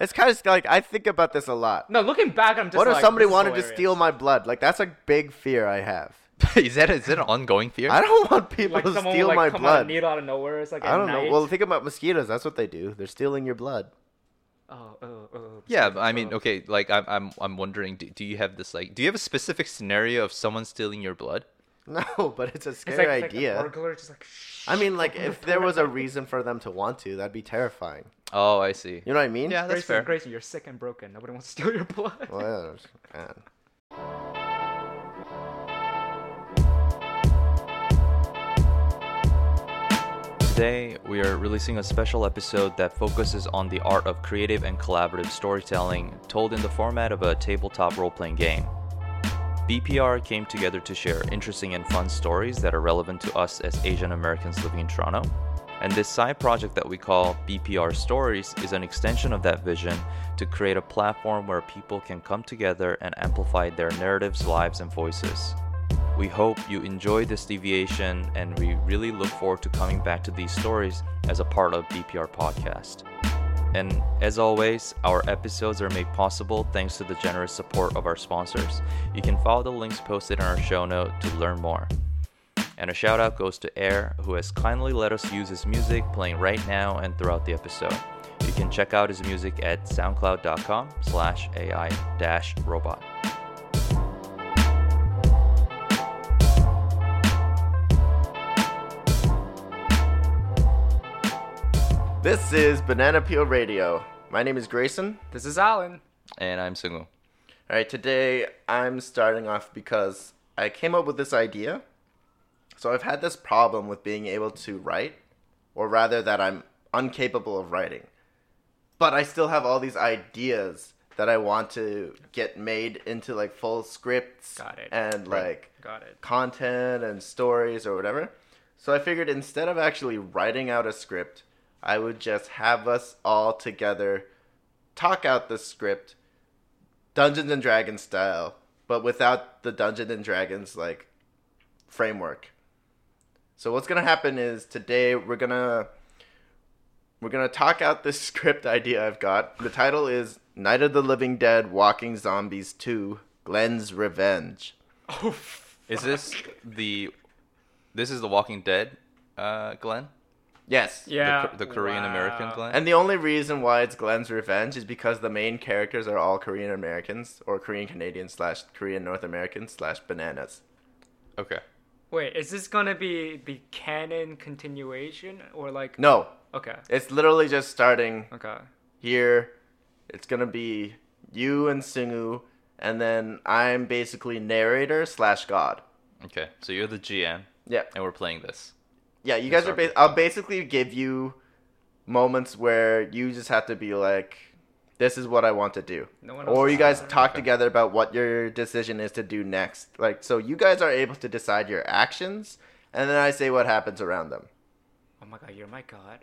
It's kind of like I think about this a lot. No, looking back, I'm just. What if like, somebody this is wanted to hilarious. steal my blood? Like that's a big fear I have. is that is that an ongoing fear? I don't want people Like to someone steal will, like, my come out blood. of needle out of nowhere. It's like I at don't know. night. Well, think about mosquitoes. That's what they do. They're stealing your blood. Oh, oh, oh. Yeah, but I mean, Oh. okay, like I'm I'm I'm wondering, do, do you have this like, do you have a specific scenario of someone stealing your blood? No, but it's a It's scary like, it's like the idea. burglar just like. Shh, I mean, like open the if there door. was a reason for them to want to, that'd be terrifying. Oh, I see. You know what I mean? Yeah, that's Grayson, fair. Grayson, you're sick and broken. Nobody wants to steal your blood. Well, yeah, man. Today, we are releasing a special episode that focuses on the art of creative and collaborative storytelling told in the format of a tabletop role playing game. BPR came together to share interesting and fun stories that are relevant to us as Asian Americans living in Toronto. And this side project that we call BPR Stories is an extension of that vision to create a platform where people can come together and amplify their narratives, lives, and voices. We hope you enjoy this deviation and we really look forward to coming back to these stories as a part of BPR Podcast. And as always, our episodes are made possible thanks to the generous support of our sponsors. You can follow the links posted in our show note to learn more. And a shout out goes to Air, who has kindly let us use his music playing right now and throughout the episode. You can check out his music at soundcloud.com slash AI dash robot. This is Banana Peel Radio. My name is Grayson. This is Alan. And I'm Sungu. All right, today I'm starting off because I came up with this idea. So I've had this problem with being able to write, or rather, that I'm incapable of writing. But I still have all these ideas that I want to get made into like full scripts Got it. and like Got it. content and stories or whatever. So I figured instead of actually writing out a script, I would just have us all together talk out the script Dungeons and Dragons style, but without the Dungeons and Dragons like framework. So what's going to happen is today we're going to we're going to talk out this script idea I've got. The title is Night of the Living Dead Walking Zombies 2: Glenn's Revenge. Oh, Is this the this is the Walking Dead uh Glenn? Yes. yeah. The, Korean American wow. Glenn? And the only reason why it's Glenn's Revenge is because the main characters are all Korean Americans or Korean Canadians slash Korean North Americans slash bananas. okay. Wait, is this gonna be the canon continuation or like? No, Okay. it's literally just starting Okay. here. It's gonna be you and Sungu, and then I'm basically narrator slash god. Okay. So you're the GM Yeah, and we're playing this. yeah. You guys That's are. our Ba- I'll basically give you moments where you just have to be like, "This is what I want to do." No one else or is you guys there. talk together about what your decision is to do next. Like, so you guys are able to decide your actions, and then I say what happens around them Oh my god, you're my god.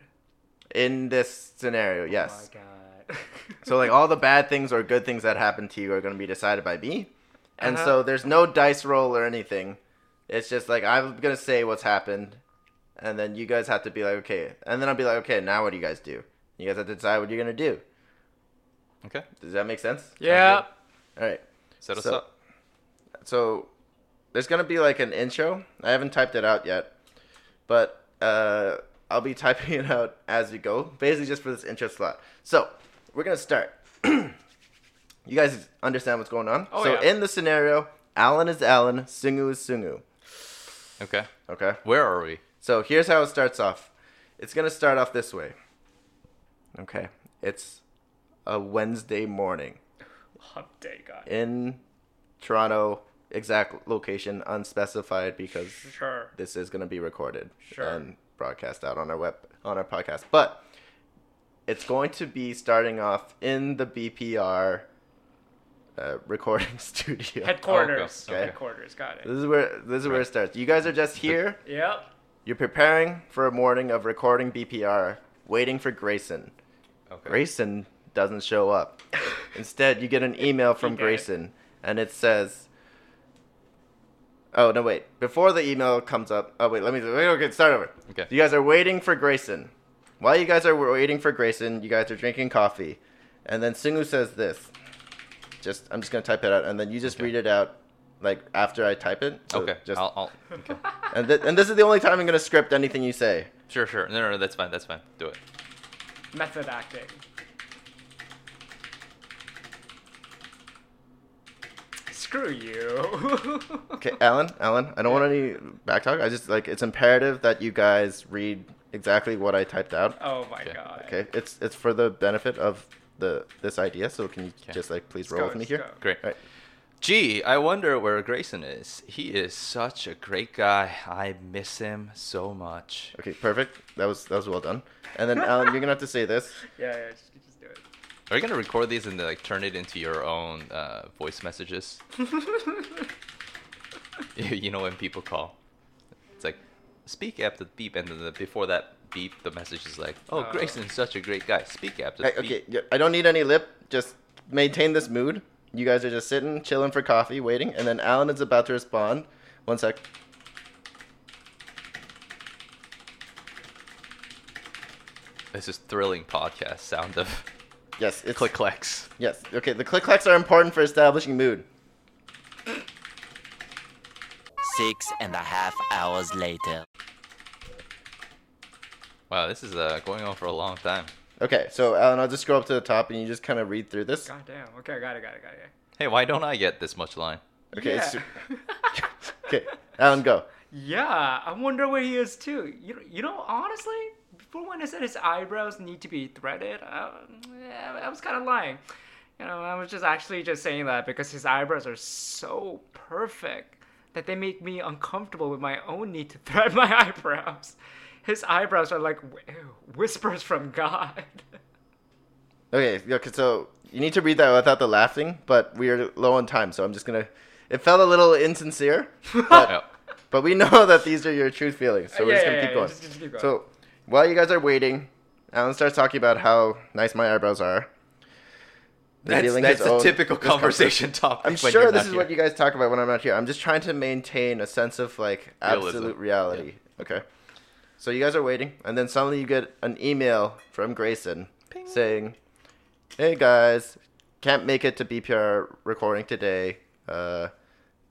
in this scenario. Yes. Oh my god. so like all the bad things or good things that happen to you are going to be decided by me, and Uh-huh. so there's no dice roll or anything. It's just like I'm going to say what's happened, and then you guys have to be like, okay, and then I'll be like, okay, now what do you guys do? You guys have to decide what you're going to do. Okay. Does that make sense? yeah. All right. Set us So- up. so there's gonna be like an intro. I haven't typed it out yet, but uh, I'll be typing it out as we go, basically just for this intro slot. So we're gonna start. you guys understand what's going on? Oh, so yeah. in the scenario, Alan is Alan, Sungu is Sungu. Okay. Okay. Where are we? So here's how it starts off. It's gonna start off this way. Okay. It's a Wednesday morning Hump day, god. in Toronto, exact location unspecified because Sure. this is going to be recorded Sure. and broadcast out on our web on our podcast but it's going to be starting off in the bpr uh, recording studio Headquarters. okay. Headquarters. Got it. Oh, this is where this is where it starts you guys are just here Yep. you're preparing for a morning of recording bpr waiting for grayson Okay. grayson doesn't show up instead you get an email from Okay. grayson and it says oh no wait before the email comes up oh wait let me wait, okay start over Okay. you guys are waiting for Grayson. While you guys are waiting for Grayson, you guys are drinking coffee. And then Sungu says this. Just I'm just gonna type it out, and then you just read it out, like after I type it. So okay. Just, I'll, I'll, okay. and th- and this is the only time I'm gonna script anything you say. Sure, sure. No, no, no, that's fine. That's fine. Do it. Method acting. Screw you. Okay, Alan, Alan, I don't want any backtalk. I just like it's imperative that you guys read exactly what I typed out. Oh my Okay. god. Okay, it's it's for the benefit of the this idea. So can you Okay. just like please Let's roll go, with me let's here? go. Great. All right. Gee, I wonder where Grayson is. He is such a great guy. I miss him so much. Okay, perfect. That was that was well done. And then Alan, you're gonna have to say this. Yeah, yeah, just, just do it. Are you gonna record these and like turn it into your own uh, voice messages? you know when people call, it's like speak after the beep, and then the, before that beep, the message is like, "Oh, Oh. Grayson's such a great guy." Speak after the Hey, okay, yeah, I don't need any lip. Just maintain this mood. You guys are just sitting, chilling for coffee, waiting, and then Alan is about to respond. One sec. This is thrilling podcast sound of Yes, it's click clacks. Yes. Okay, the click clacks are important for establishing mood. Six and a half hours later. Wow, this is uh, going on for a long time. Okay, so Alan, I'll just scroll up to the top and you just kind of read through this. God damn. Okay, I got it, got it, got it. Hey, why don't I get this much line? Okay, Yeah. it's okay, Alan, go. Yeah, I wonder where he is too. You, you know, honestly, before when I said his eyebrows need to be threaded, I, yeah, I was kind of lying. You know, I was just actually just saying that because his eyebrows are so perfect that they make me uncomfortable with my own need to thread my eyebrows. His eyebrows are like wh- whispers from God. Okay, yeah, okay, so you need to read that without the laughing, but we are low on time, so I'm just gonna. It felt a little insincere, but, Yeah. but we know that these are your true feelings, so we're Yeah, just Uh, yeah, gonna yeah, keep yeah, going. just- just keep going. So while you guys are waiting, Alan starts talking about how nice my eyebrows are. That's, Revealing that's his a own typical discomfort. conversation topic. I'm when you're sure this not is here. what you guys talk about when I'm not here. I'm just trying to maintain a sense of like Realism. absolute reality. Okay. So you guys are waiting, and then suddenly you get an email from Grayson saying, "Hey guys, can't make it to BPR recording today. Uh,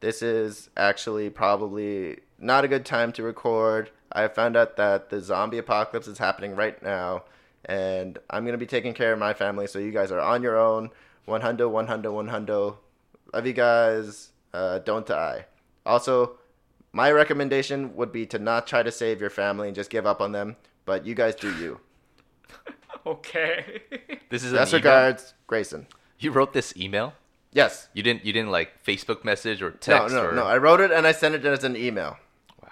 this is actually probably not a good time to record. I found out that the zombie apocalypse is happening right now, and I'm gonna be taking care of my family. So you guys are on your own. One hundo, one hundo, one hundo. Love you guys. Uh, don't die. Also, my recommendation would be to not try to save your family and just give up on them. But you guys do you. okay. This is an Best email? regards, Grayson. You wrote this email. Yes. You didn't. You didn't like Facebook message or No, text. no, or... no. I wrote it and I sent it as an email. Wow.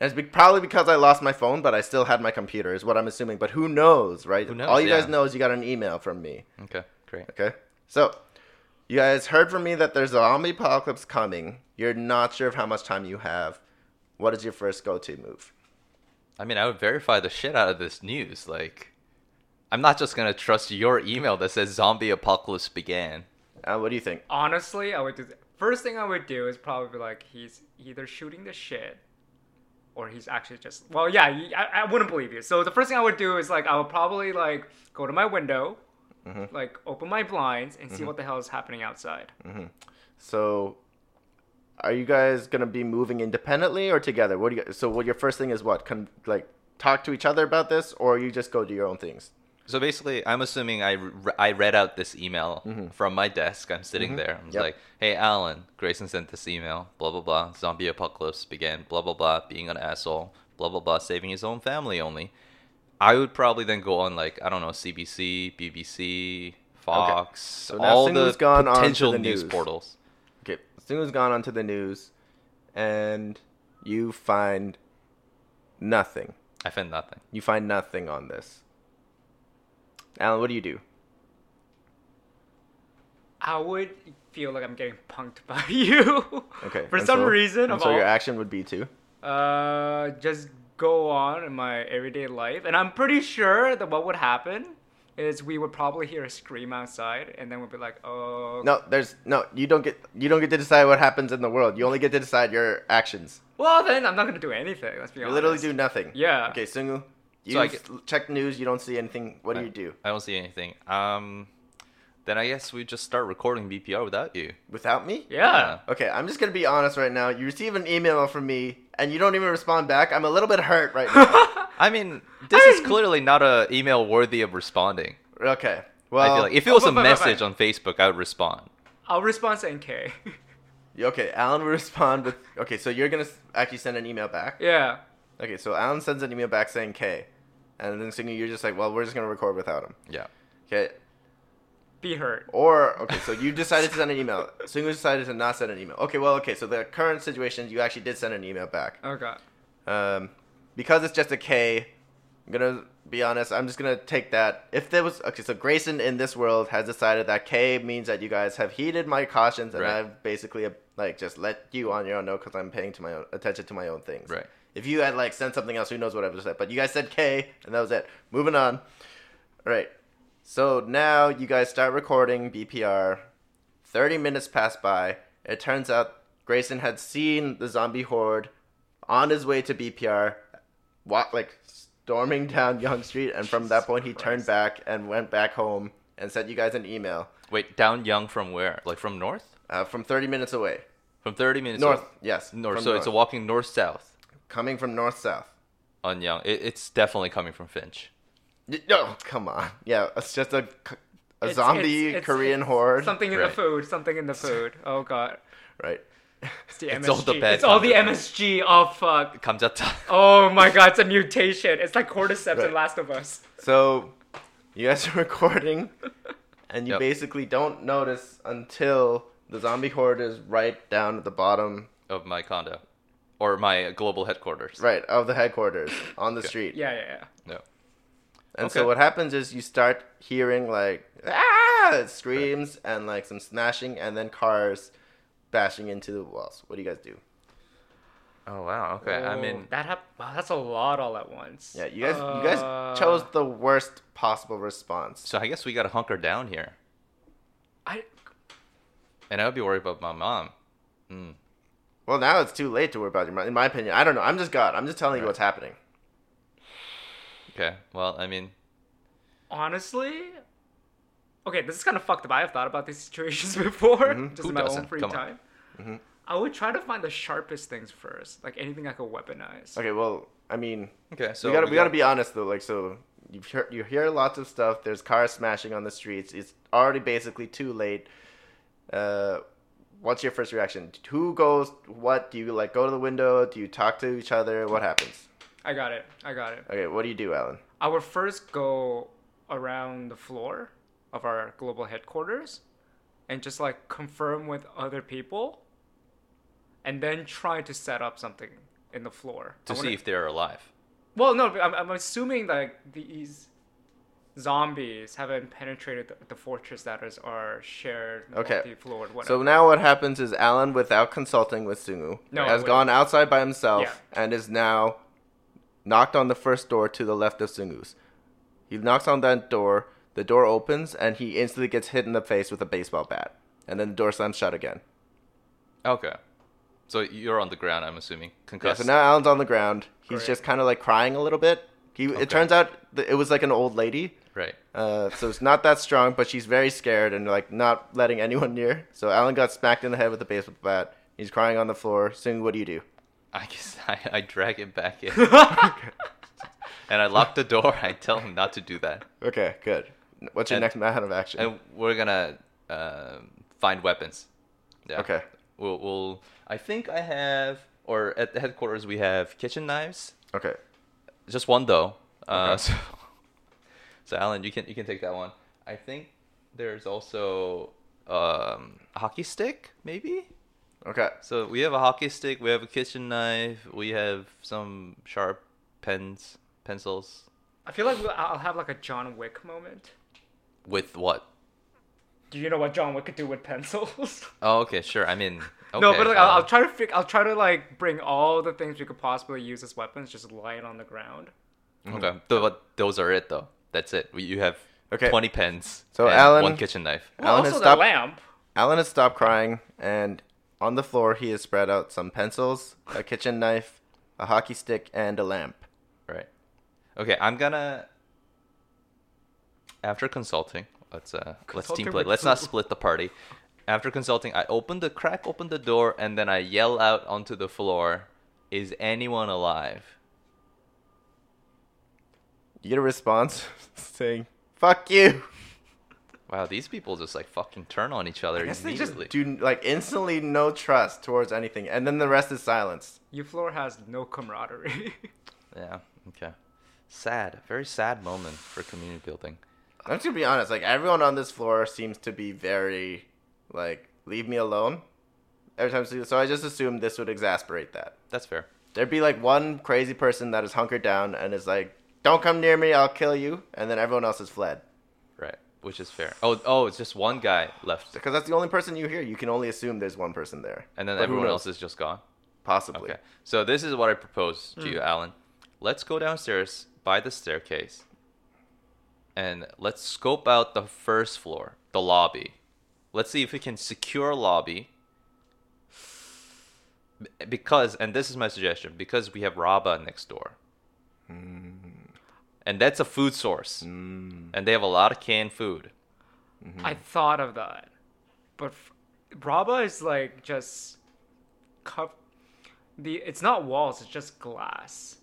And it's be- probably because I lost my phone, but I still had my computer, is what I'm assuming. But who knows, right? Who knows, All you yeah. guys know is you got an email from me. Okay. Great. Okay. So, you guys heard from me that there's a zombie apocalypse coming. You're not sure of how much time you have. What is your first go to move? I mean, I would verify the shit out of this news. Like, I'm not just gonna trust your email that says zombie apocalypse began. Uh, what do you think? honestly, I would do. First thing I would do is probably be like he's either shooting the shit, or he's actually just. Well, yeah, you- I, I wouldn't believe you. So the first thing I would do is like I would probably like go to my window, Mm-hmm. like open my blinds and see what the hell is happening outside. So, are you guys gonna be moving independently or together? What do you? So, what your first thing is? What can like talk to each other about this, or you just go do your own things? So basically, I'm assuming I, re- I read out this email from my desk. I'm sitting there. I'm Mm-hmm. Yep. like, hey, Alan, Grayson sent this email. Blah, blah, blah. Zombie apocalypse began. Blah, blah, blah. Being an asshole. Blah, blah, blah. Saving his own family only. I would probably then go on, like, I don't know, CBC, BBC, Fox, now all the Singh's gone on to potential the news news. portals. Okay, Sunu's gone onto the news, and you find nothing. I found nothing. You find nothing on this. Alan, what do you do? I would feel like I'm getting punked by you. Okay. For and some so- reason, and of so your all- action would be to. Uh, just go on in my everyday life, and I'm pretty sure that what would happen is we would probably hear a scream outside, and then we'd be like, oh. No, there's no. You don't get. You don't get to decide what happens in the world. You only get to decide your actions. Well, then I'm not gonna do anything. Let's be You honest. literally do nothing. Yeah. Okay, Sungu, You So I s- check news. You don't see anything. What do you do I don't see anything. Um, then I guess we just start recording VPR without you. without me? Yeah. Okay, I'm just gonna be honest right now. You receive an email from me, and you don't even respond back. I'm a little bit hurt right now. I mean, this is clearly not a email worthy of responding. okay. Well, I feel like if it was Oh, a but- but- but- message on Facebook, I would respond. I'll respond to NK. okay, Alan will respond with. Okay, so you're gonna s- actually send an email back. yeah. Okay, so Alan sends an email back saying K, and then Singy, you're just like, well, we're just gonna record without him. Yeah. Okay. Be hurt. Or okay, so you decided to send an email. Singu decided to not send an email. Okay, well, okay, so the current situation, you actually did send an email back. Oh god. Um, because it's just a K, I'm gonna be honest. I'm just gonna take that. If there was okay, so Grayson in this world has decided that K means that you guys have heeded my cautions, and Right. I've basically uh, like just let you on your own note because I'm paying to my own attention to my own things. Right. If you had like sent something else, who knows what I would have said? But you guys said K, and that was it. Moving on. All right. So now you guys start recording BPR. 30 minutes pass by. It turns out Grayson had seen the zombie horde on his way to BPR, walk, like storming down Young Street, and from that point he turned back and went back home and sent you guys an email Wait, down Young from where? Like from north? uh, from 30 minutes away. From 30 minutes North, away. yes. North. from So it's a walking north south Coming from north south. on Young. It, it's definitely coming from Finch. Y- No, come on. Yeah, it's just a, c- a It's- zombie it's- it's- Korean it's horde. Something in Right. the food. Something in the food. Oh god. Right. It's the It's MSG. all the bad it's all the content. MSG. Oh fuck. Kamjata. Oh my god, it's a mutation. It's like cordyceps Right. in Last of Us. So you guys are recording, and you Yep. basically don't notice until the zombie horde is right down at the bottom, of my condo. Or my global headquarters. right, of the headquarters on the street. Yeah, yeah, yeah. No. And Okay. so what happens is you start hearing like ah screams and like some smashing and then cars bashing into the walls. What do you guys do? Oh wow. Okay. I Oh, mean, that hap- wow, that's a lot all at once. Uh, Yeah, you guys you guys chose the worst possible response. so I guess we gotta hunker down here, I and I would be worried about my mom. Well, now it's too late to worry about your mind. In my opinion, I don't know. I'm just God. I'm just telling you what's happening. Okay. Well, I mean, honestly. Okay, this is kind of fucked up. I have thought about these situations before, just Mm-hmm. Who in my own doesn't? free Come on. Mm-hmm. time. I would try to find the sharpest things first, like anything I could weaponize. Okay, well, I mean, okay. So we gotta we gotta be honest though. Like so, you hear you hear lots of stuff. There's cars smashing on the streets. It's already basically too late. Uh, what's your first reaction? Who goes? What do you like? Go to the window? Do you talk to each other? What happens? I got it. I got it. Okay, what do you do, Alan? I would first go around the floor of our global headquarters and just like confirm with other people and then try to set up something in the floor. to I wanna- see if they're alive. Well, no, but I'm, I'm assuming like these zombies haven't penetrated the, the fortress that is our shared Okay. multi-floored whatever. So now what happens is Alan, without consulting with Sungu, No, I has wouldn't. gone outside by himself Yeah. and is now knocked on the first door to the left of Sungu's. He knocks on that door, the door opens, and he instantly gets hit in the face with a baseball bat. And then the door slams shut again. Okay. So you're on the ground, I'm assuming. Yeah, Concussed. so now Alan's on the ground. He's Great. just kind of like crying a little bit. He, Okay. It turns out that it was like an old lady. Right. Uh, so it's not that strong, but she's very scared and like not letting anyone near. So Alan got smacked in the head with a baseball bat. He's crying on the floor. Sungu, what do you do? I guess I, I drag him back in. and I lock the door. I tell him not to do that. Okay, good. What's your And- next method of action? And we're gonna um find weapons. Yeah. okay. We'll, we'll. I think I have, or at the headquarters we have kitchen knives. Okay. Just one though. Uh, Okay. so, so Alan, you can you can take that one. I think there's also um, a hockey stick, maybe. Okay. So we have a hockey stick, we have a kitchen knife, we have some sharp pens, pencils. I feel like we'll, I'll I'll have like a John Wick moment. With what? Do you know what John Wick could do with pencils? Oh, okay, sure. I mean, okay, no, but like I'll, uh, I'll try to fig- I'll try to like bring all the things we could possibly use as weapons, just lie it on the ground. Okay, Th- but those are it though. That's it. We- You have Okay. twenty pens. So, and Alan- one kitchen knife. Well, Alan also has the stopped. lamp. Alan has stopped crying, and on the floor he has spread out some pencils, a kitchen knife, a hockey stick, and a lamp. Right. Okay, I'm gonna. After consulting, let's uh, let's Consulting team play. with Let's not who? split the party. After consulting, I open the crack, open the door, and then I yell out onto the floor, "Is anyone alive?" You get a response saying, "Fuck you." Wow, these people just like fucking turn on each other guess they immediately. just Do like instantly no trust towards anything, and then the rest is silence. Your floor has no camaraderie. Yeah. Okay. Sad. Very sad moment for community building. I'm just gonna be honest. Like everyone on this floor seems to be very like, "Leave me alone." Every time, so so I just assumed this would exasperate that. That's fair. There'd be like one crazy person that is hunkered down and is like, "Don't come near me, I'll kill you," and then everyone else has fled. Right. Which is fair. Oh, oh, it's just one guy left, Because that's the only person you hear. You can only assume there's one person there. and then But who everyone knows? else is just gone. possibly. Okay. Hmm. So this is what I propose to you, Alan. Let's go downstairs by the staircase, and let's scope out the first floor, the lobby. Let's see if we can secure lobby. B- Because, and this is my suggestion, because we have Raba next door. Hmm. And that's a food source. And they have a lot of canned food. I thought of that, but f- Raba is like just cup. The it's not walls; it's just glass.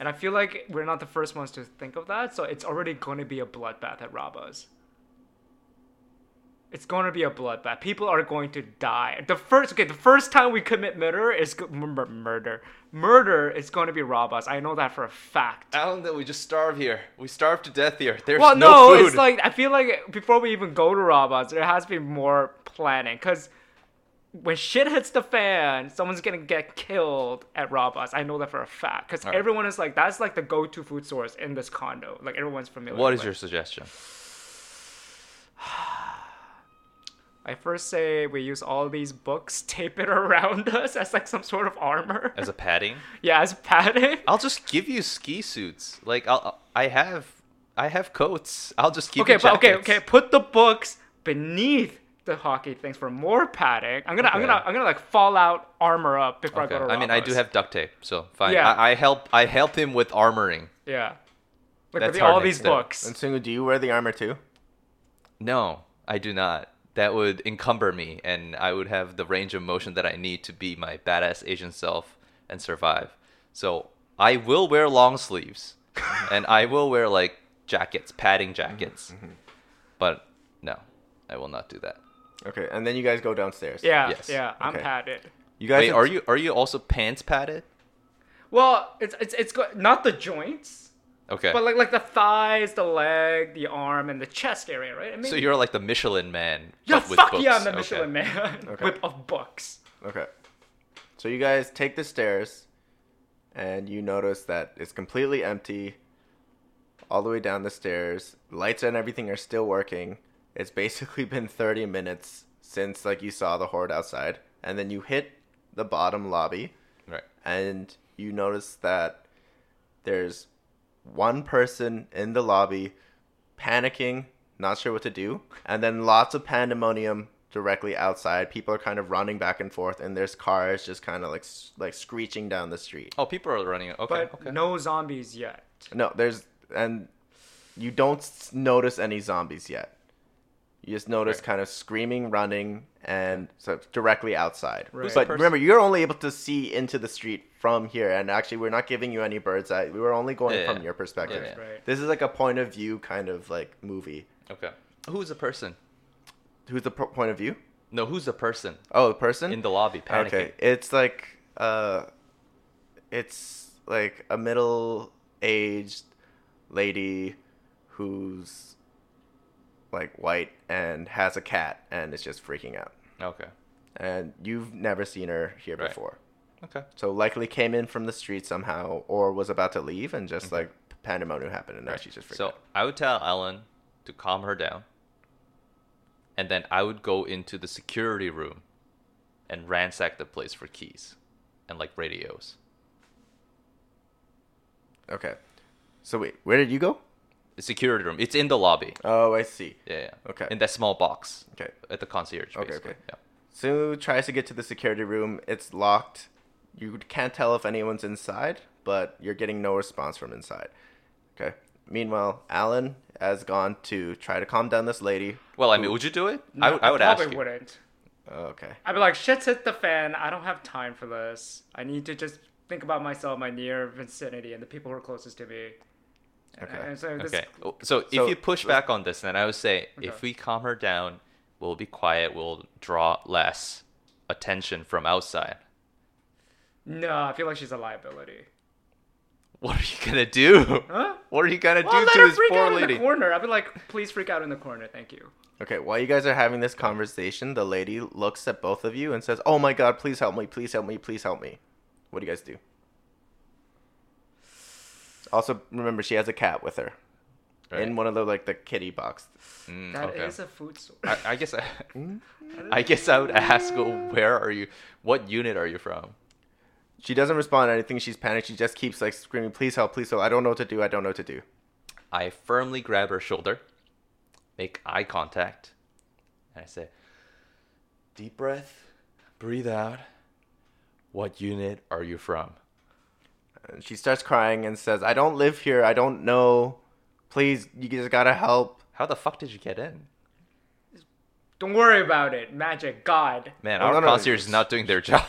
And I feel like we're not the first ones to think of that, so it's already going to be a bloodbath at Raba's. It's going to be a bloodbath. People are going to die. The first okay, the first time we commit murder is go- mur- mur- murder. Murder is going to be Raba's. I know that for a fact. Alan, that we just starve here. We starve to death here. There's Well, no, no, food. it's like I feel like before we even go to robots, there has to be more planning because when shit hits the fan, someone's gonna get killed at robots. I know that for a fact because Alright. everyone is like that's like the go-to food source in this condo. Like everyone's familiar. what is with. your suggestion? I first say we use all these books, tape it around us as like some sort of armor. As a padding? yeah, as padding. I'll just give you ski suits. Like I'll, I have, I have coats. I'll just keep. okay, you but okay, jackets. okay. Put the books beneath the hockey things for more padding. I'm gonna, I'm Okay. gonna, I'm gonna like Fallout armor up before Okay. I go to. I mean, I do Ramos. have duct tape, so fine. Yeah. I, I help. I help him with armoring. Yeah. Like That's with our all next these step. And books. Sungu, do you wear the armor too? No, I do not. That would encumber me, and I would have the range of motion that I need to be my badass Asian self and survive. So I will wear long sleeves, and I will wear like jackets, padding Mm-hmm. jackets. But no, I will not do that. Okay, and then you guys go downstairs. Yeah, Yes. yeah. I'm Okay. padded. You guys Wait, are you are you also pants padded? Well, it's it's it's go- not the joints, Okay. but like like the thighs, the leg, the arm, and the chest area, right? I mean, So you're like the Michelin man. yeah, but with fuck yeah, books. I'm the Okay. Michelin man Okay. with of books. Okay. So you guys take the stairs, and you notice that it's completely empty. All the way down the stairs, lights and everything are still working. It's basically been 30 minutes since like you saw the horde outside, and then you hit the bottom lobby, Right. and you notice that there's one person in the lobby panicking, not sure what to do, and then lots of pandemonium directly outside. People are kind of running back and forth, and there's cars just kind of like s- like screeching down the street. Oh, people are running. Okay. But okay. no zombies yet. No, there's and you don't s- notice any zombies yet. You just notice kind of screaming, running, and so it's directly outside. Who's the But person- remember, you're only able to see into the street from here, and actually, we're not giving you any bird's eye. We were only going Yeah, from yeah. your perspective. Yeah, yeah. Right. This is like a point of view kind of like movie. Okay. Who's the person? Who's the pro- point of view? No, who's the person Oh, the person in the lobby panicking? Okay, it's like uh, it's like a middle-aged lady who's like white and has a cat and is just freaking out. Okay. And you've never seen her here Right. before, Okay. so likely came in from the street somehow or was about to leave and just like pandemonium happened and now she's just freaking So out. I would tell Ellen to calm her down, and then I would go into the security room, and ransack the place for keys, and like radios. Okay, so wait, where did you go? The security room. It's in the lobby. Oh, I see. Yeah. yeah. Okay. In that small box. Okay. At the concierge. Okay, Basically. okay. Yeah. Sue tries to get to the security room. It's locked. You can't tell if anyone's inside, but you're getting no response from inside. Okay. Meanwhile, Alan has gone to try to calm down this lady. Well, I mean, would you do it? I would- I would probably ask you. wouldn't. Oh, Okay. I'd be like, shit's hit the fan. I don't have time for this. I need to just think about myself, my near vicinity, and the people who are closest to me. And- Okay. and so this- Okay. So, So- if you push back on this, then I would say if we calm her down, we'll be quiet, we'll draw less attention from outside. No, I feel like she's a liability. What are you gonna do? Huh? What are you gonna Well, do let to her this freak poor out in lady? the corner. I'd be like, please freak out in the corner. Thank you. Okay. While you guys are having this conversation, the lady looks at both of you and says, "Oh my God! Please help me! Please help me! Please help me!" What do you guys do? Also, remember she has a cat with her in one of the like the kitty box. Mm, That is okay. a Mm-hmm. food store. I, I guess I, I guess I would ask, where are you? What unit are you from? She doesn't respond to anything. She's panicked. She just keeps like screaming, "Please help! Please help! I don't know what to do! I don't know what to do!" I firmly grab her shoulder, make eye contact, and I say, "Deep breath, breathe out. What unit are you from?" And she starts crying and says, "I don't live here. I don't know. Please, you just gotta help." How the fuck did you get in? Don't worry about it. Magic, God. Man, No, our no, no, concierge it's- is not doing their job.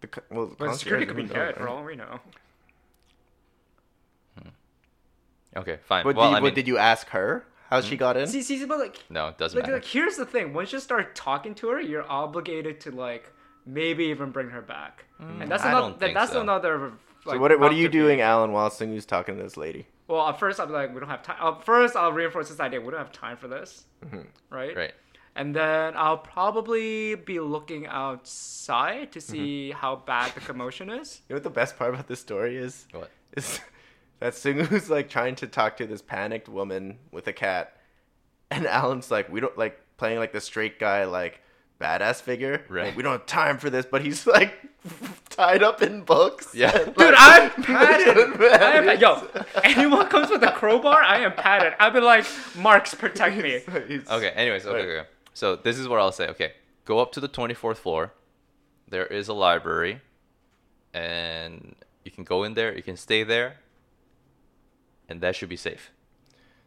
The, co- well, the But concierge, security could be who knows, dead, for right? all we know. okay, fine. What, well, did, you, I mean, Hmm? what did you ask her? How she got in? See, see, see, but like, no, it doesn't like, matter. like, here's the thing. Once you start talking to her, you're obligated to like maybe even bring her back. and that's Mm, I another. don't think that's so. another. Like, so what, what are you mouth to doing, feed. Alan, while Sungu's talking to this lady? Well, at first I'm like, we don't have time. Uh, first, I'll reinforce this idea. We don't have time for this, right? Mm-hmm. Right. And then I'll probably be looking outside Mm-hmm. to see how bad the commotion is. You know what the best part about this story is? What? Is that Sungu's like trying to talk to this panicked woman with a cat, and Alan's like, we don't like playing like the straight guy like badass figure. Right. Like, we don't have time for this, but he's like tied up in books. Yeah. and, Dude, like- I'm padded. Padded. I am, yo, anyone comes with a crowbar, I am padded. I'd be like, Marks, protect me. He's- Okay. Anyways, okay, Right. okay. So this is what I'll say. Okay, go up to the twenty fourth floor. There is a library, and you can go in there. You can stay there, and that should be safe.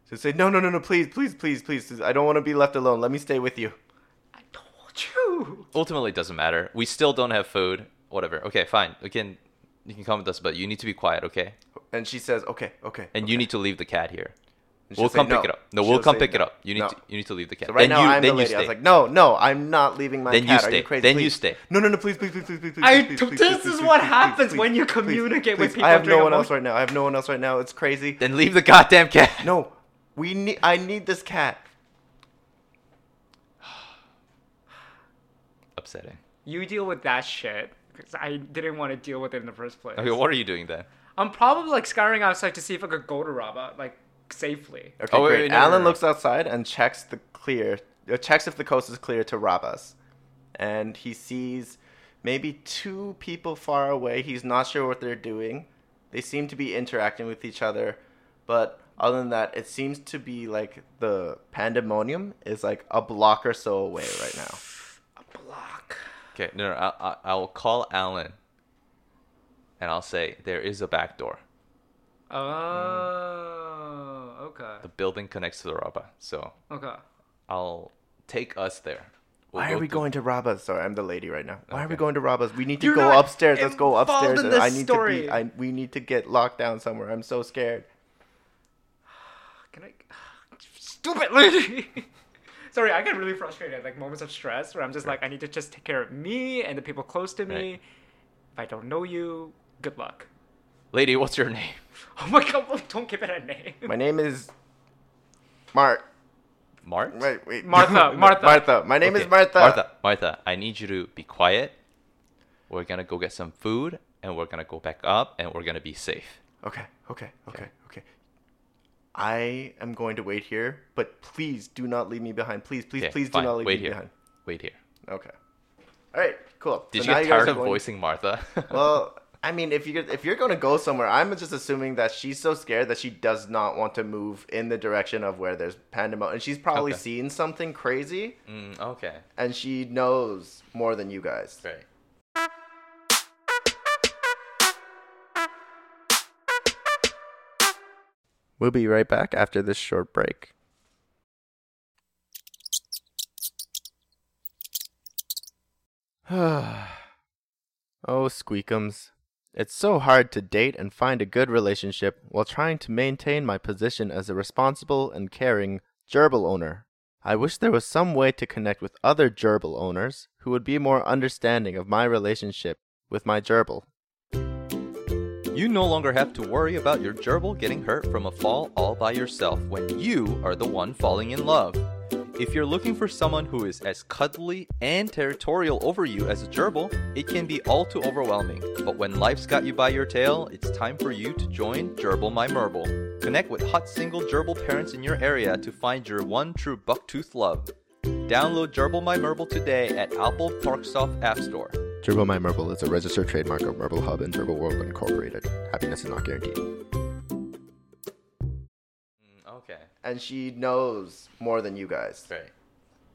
So say, no, no, no, no, please, please, please, please. I don't want to be left alone. Let me stay with you. I told you. Ultimately, it doesn't matter. We still don't have food. Whatever. Okay, fine. You can you can come with us, but you need to be quiet. Okay, And she says, okay, okay. and you need to leave the cat here. And she'll We'll say, come pick "No." it up. No, She'll we'll come say, pick it "No, up. You need no." to you need to leave the cat. So right then now you, I'm then the you lady. I stay. was like, no, no, I'm not leaving my Then you cat. Are stay. you crazy? Then you Please." stay. No, no, no, please, please, please, please, please, please. I- please, to- please, this please, is please, what please, happens please, when you please, communicate with please. people I have during no a one else moment. right now. I have no one else right now. It's crazy. then leave the goddamn cat. No, we need. I need this cat. Upsetting. You deal with that shit. Because I didn't want to deal with it in the first place. Okay, what are you doing then? I'm probably like scouring outside to see if I could go to Raba, like safely. Okay, Oh, wait, great. wait, no, no, Alan no. looks outside and checks the clear, uh, checks if the coast is clear to rob us, and he sees maybe two people far away. He's not sure what they're doing. They seem to be interacting with each other, but other than that, it seems to be like the pandemonium is like a block or so away right now. A block. Okay, no, no, I, I, I'll call Alan, and I'll say there is a back door. Mm. Oh, okay. The building connects to the Raba, so Okay. I'll take us there. We'll Why go are we through- going to Rabas? Sorry, I'm the lady right now. Why are we Okay. going to Rabas? We need to You're go not upstairs. Let's go involved upstairs. in and this I need to story. be. I, we need to get locked down somewhere. I'm so scared. Can I? Stupid lady. Sorry, I get really frustrated, like moments of stress where I'm just like, I need to just take care of me and the people close to me. Right. If I don't know you, good luck. Lady, what's your name? Oh my god, don't give it a name. My name is Mark. Mark. Wait, wait. Martha, Martha. Martha. My name Okay, is Martha. Martha. Martha. I need you to be quiet. We're gonna go get some food, and we're gonna go back up, and we're gonna be safe. Okay, okay, okay, okay. I am going to wait here, but please do not leave me behind. Please, please, Okay, please fine. do not leave Wait me here. behind. Wait here. Okay. All right, cool. Did So you now get guys tired are of going- voicing Martha? Well, I mean, if you're if you're going to go somewhere, I'm just assuming that she's so scared that she does not want to move in the direction of where there's pandemonium, and she's probably Okay. seen something crazy, Mm, okay. and she knows more than you guys. Right. We'll be right back after this short break. oh, squeakums. It's so hard to date and find a good relationship while trying to maintain my position as a responsible and caring gerbil owner. I wish there was some way to connect with other gerbil owners who would be more understanding of my relationship with my gerbil. You no longer have to worry about your gerbil getting hurt from a fall all by yourself when you are the one falling in love. If you're looking for someone who is as cuddly and territorial over you as a gerbil, it can be all too overwhelming. But when life's got you by your tail, it's time for you to join Gerbil My Merble. Connect with hot single gerbil parents in your area to find your one true bucktooth love. Download Gerbil My Merble today at Apple Parksoft App Store. Gerbil My Merble is a registered trademark of Merble Hub and Gerbil World Incorporated. Happiness is not guaranteed. Okay. And she knows more than you guys. Right.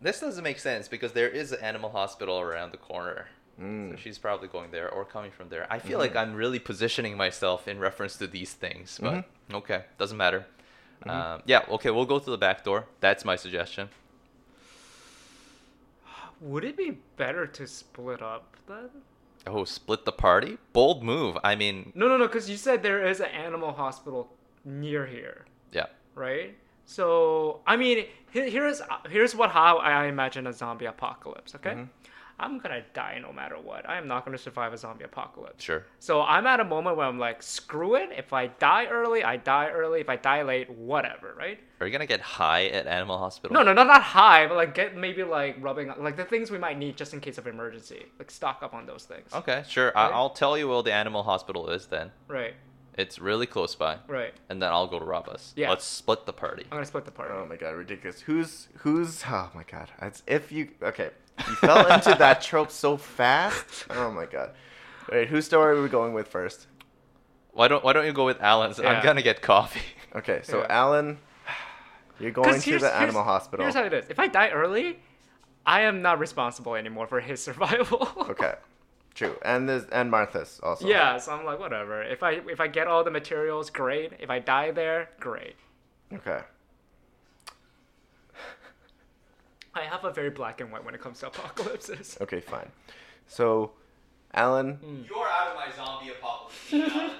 This doesn't make sense because there is an animal hospital around the corner. So she's probably going there or coming from there. I feel like I'm really positioning myself in reference to these things, but okay, doesn't matter. Um, yeah, okay, we'll go to the back door. That's my suggestion. Would it be better to split up then? Oh, split the party? Bold move. I mean, No, no, no, because you said there is an animal hospital near here, yeah. right? So, I mean, he- here's here's what how I imagine a zombie apocalypse. Okay, I'm gonna die no matter what. I am not gonna survive a zombie apocalypse. Sure. So I'm at a moment where I'm like, screw it. If I die early, I die early. If I die late, whatever, right? Are you going to get high at animal hospital? No, no, not not high, but like get maybe like rubbing like the things we might need just in case of emergency. Like stock up on those things. Okay, sure. I- I'll tell you where the animal hospital is then. Right. It's really close by. Right. And then I'll go to rob us. Yeah. Let's split the party. I'm gonna split the party. Oh my god, ridiculous. Who's who's oh my god. It's if you okay. You fell into that trope so fast. Oh my god. Alright, whose story are we going with first? Why don't Why don't you go with Alan's? Yeah. I'm gonna get coffee. Okay, so Yeah. Alan, you're going to the animal hospital. Here's how it is. If I die early, I am not responsible anymore for his survival. okay. True. And this and Martha's also. Yeah, so I'm like, whatever. If I if I get all the materials, great. If I die there, great. Okay. I have a very black and white when it comes to apocalypses. Okay, fine. So Alan You're out of my zombie apocalypse.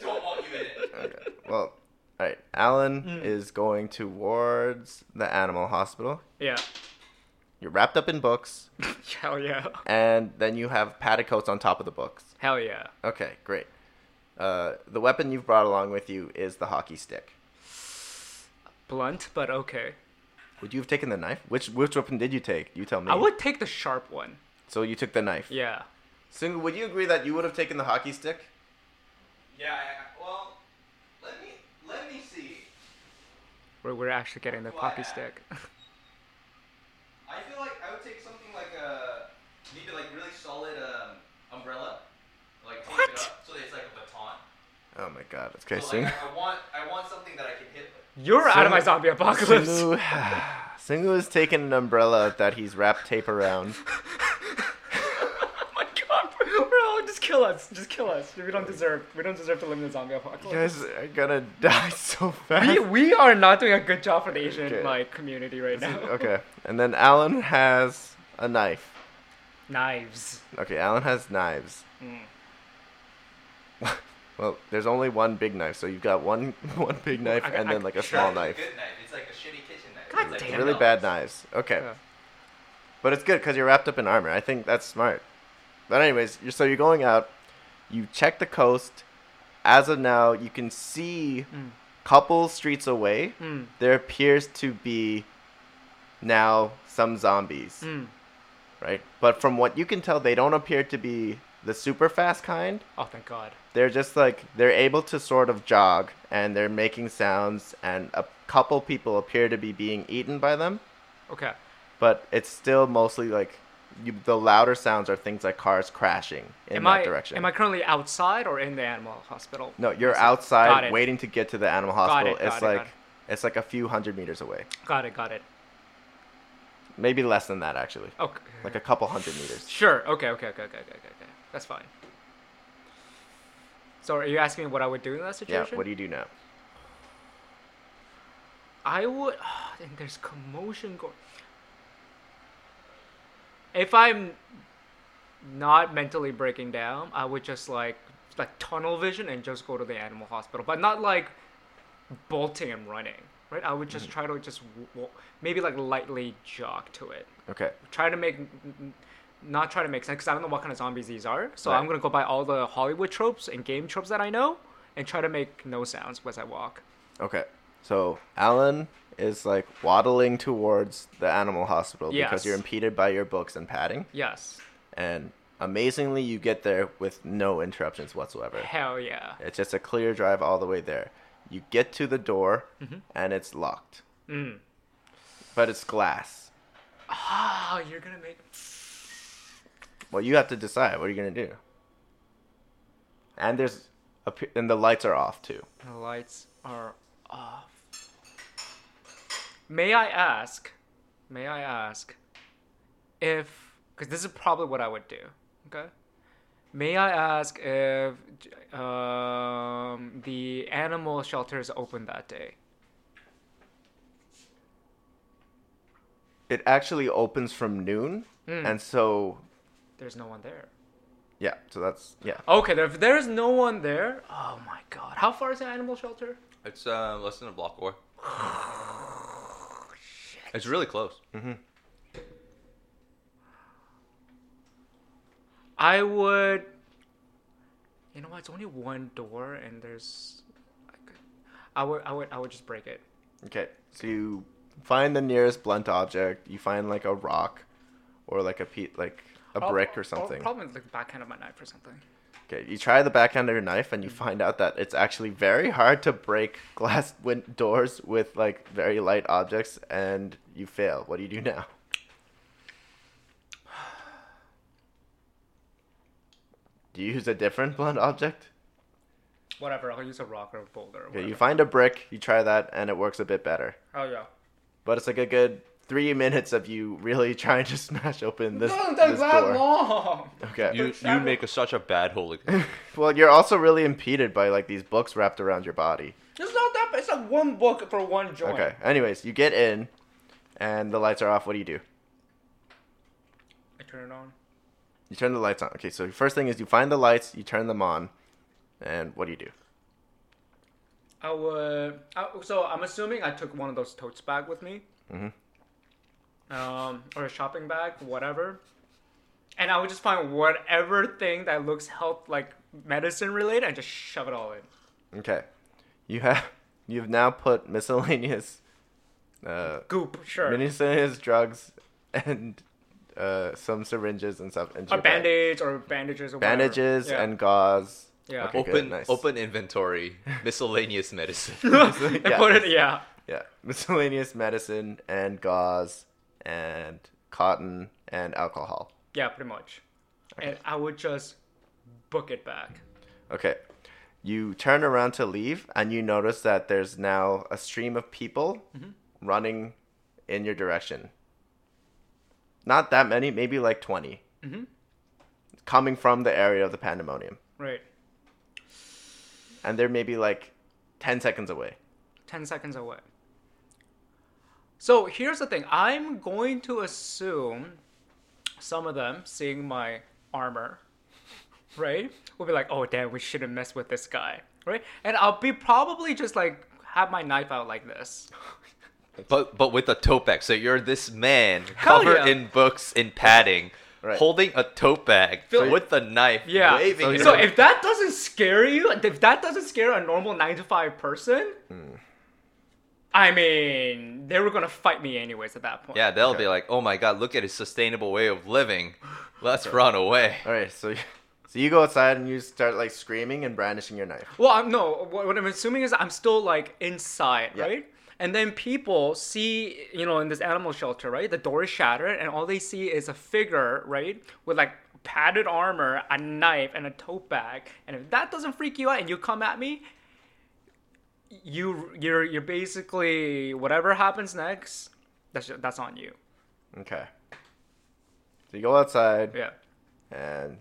don't want you in it. Okay. Well, all right. Alan Hmm. is going towards the animal hospital. Yeah. You're wrapped up in books, Hell yeah. and then you have petticoats on top of the books. Hell yeah. Okay, great. Uh, the weapon you've brought along with you is the hockey stick. Blunt, but okay. Would you have taken the knife? Which which weapon did you take? You tell me. I would take the sharp one. So you took the knife. Yeah. Singu, would you agree that you would have taken the hockey stick? Yeah. Well, let me let me see. We're, we're actually getting the poppy stick. I feel like I would take something like a maybe like really solid um, umbrella, like tape it up so that it's like a baton. Oh my god. Okay, So like Singu. I, I want I want something that I can hit with. You're out of my Singu- zombie apocalypse. Singu, Singu has taken an umbrella that he's wrapped tape around. Oh my god, bro, just kill us. Just kill us. We don't deserve we don't deserve to live in the zombie You apocalypse. guys are gonna die so fast. We, we are not doing a good job for the Asian Okay. like community right now. Okay, and then Alan has a knife. Knives. Okay, Alan has knives. Hmm. well, there's only one big knife, so you've got one one big knife I- and I- then like a sure. small It's a knife. Good knife. It's like a shitty kitchen knife. God It's like damn Really it. bad knives. Okay, but it's good because you're wrapped up in armor. I think that's smart. But anyways, you're, so you're going out. You check the coast. As of now, you can see couple streets away. Mm. There appears to be now some zombies. Mm. right? But from what you can tell, they don't appear to be the super fast kind. Oh thank god. They're just like they're able to sort of jog and they're making sounds and a couple people appear to be being eaten by them, Okay. but it's still mostly like you, the louder sounds are things like cars crashing in am that I direction. am I currently outside or in the animal hospital? no, you're Got outside it. waiting to get to the animal hospital. it, got it's it, got like it. it's like a few hundred meters away. Got it, got it. Maybe less than that actually. Okay. Like a couple hundred meters. Sure. Okay, okay, okay, okay, okay, okay, okay. That's fine. So are you asking me what I would do in that Yeah, situation? what do you do now? I would. and there's commotion going. If I'm not mentally breaking down, I would just like like tunnel vision and just go to the animal hospital, but not like bolting and running. Right? I would just try to just w- w- maybe like lightly jog to it. Okay. Try to make n- n- not try to make sense because I don't know what kind of zombies these are. So Right. I'm gonna go by all the Hollywood tropes and game tropes that I know and try to make no sounds as I walk. Okay. So Alan is like waddling towards the animal hospital Yes. because you're impeded by your books and padding. Yes. And amazingly, you get there with no interruptions whatsoever. Hell yeah. It's just a clear drive all the way there. You get to the door and it's locked. But it's glass. Ah, you're gonna make. Well, you have to decide what are you going to do. And there's a, pe- and the lights are off too. The lights are off. May I ask? May I ask if. Because this is probably what I would do, okay? May I ask if um, the animal shelter is open that day? It actually opens from noon. And so There's no one there. yeah, so that's yeah. Okay, if there's no one there, oh my god. How far is the animal shelter? It's uh, less than a block away. It's really close. I would. You know what? It's only one door, and there's. I could- I would. I would. I would just break it. Okay. So you find the nearest blunt object. You find like a rock or like a pe- like a Oh, brick or something. Probably the backhand of my knife or something. Okay, you try the backhand of your knife and you find out that it's actually very hard to break glass win- doors with like very light objects and you fail. What do you do now? Do you use a different blunt object? Whatever. I'll use a rock or a boulder. Or Okay, you whatever. find a brick, you try that and it works a bit better. Oh yeah. But it's like a good 3 minutes of you really trying to smash open this, No, that's this that door. long. Okay. You you travel- make a, such a bad hooligan. well, you're also really impeded by like these books wrapped around your body. It's not that. It's like one book for one joint. Okay. Anyways, you get in, and the lights are off. What do you do? I turn it on. You turn the lights on. Okay. So first thing is you find the lights, you turn them on, and what do you do? I would. I, so I'm assuming I took one of those totes bag with me, mm-hmm. um, or a shopping bag, whatever. And I would just find whatever thing that looks health like medicine related and just shove it all in. Okay. You have you've now put miscellaneous, uh, Goop, sure. miscellaneous drugs, and uh, some syringes and stuff into or your bag. band-aids or bandages or whatever. bandages Yeah. and gauze. Yeah. Okay, good, open nice. open inventory, miscellaneous medicine. and Yeah. put it yeah. Yeah, miscellaneous medicine and gauze and cotton and alcohol. Yeah, pretty much. And I would just book it back. Okay. You turn around to leave, and you notice that there's now a stream of people running in your direction. Not that many, maybe like 20. Coming from the area of the pandemonium. Right. And they're maybe like 10 seconds away. 10 seconds away. So here's the thing I'm going to assume some of them, seeing my armor, right, will be like, oh, damn, we shouldn't mess with this guy, right? And I'll be probably just like, have my knife out like this. But but with a tote bag. So you're this man Hell covered yeah. in books and padding, Right. holding a tote bag Feel- with a knife, Yeah. waving it. So if that doesn't scare you, like, if that doesn't scare a normal nine to five person, Hmm. I mean, they were gonna fight me anyways at that point. yeah, they'll be like, "Oh my god, look at his sustainable way of living. Let's run away." All right, so, so you go outside and you start like screaming and brandishing your knife. Well, I'm, no. What, what I'm assuming is I'm still like inside, Yeah. right? And then people see, you know, in this animal shelter, right? The door is shattered, and all they see is a figure, right, with like padded armor, a knife, and a tote bag. And if that doesn't freak you out, and you come at me, you you're you're basically whatever happens next, that's that's on you. Okay. So you go outside, Yeah. and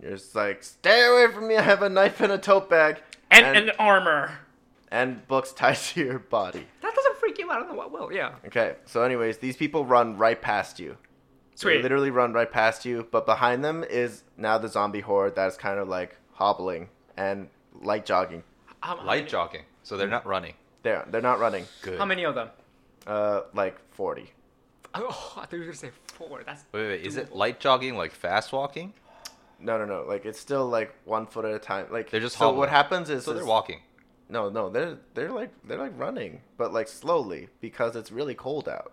you're just like, stay away from me, I have a knife and a tote bag. And and, armor. and books tied to your body. That doesn't freak you out. I don't know what will. Yeah. Okay. So, anyways, these people run right past you. They Sweet. literally run right past you, but behind them is now the zombie horde that's kind of like hobbling and light jogging. How, Light jogging. So they're not running. They're they're not running. Good. How many of them? Uh, like forty. Oh, I thought you were gonna say four. That's Wait, wait, wait, is it light jogging like fast walking? No, no, no. Like it's still like one foot at a time. Like They're just so. What hobbling. happens is So they're is- walking. No, no. They're they're like they're like running, but like slowly because it's really cold out.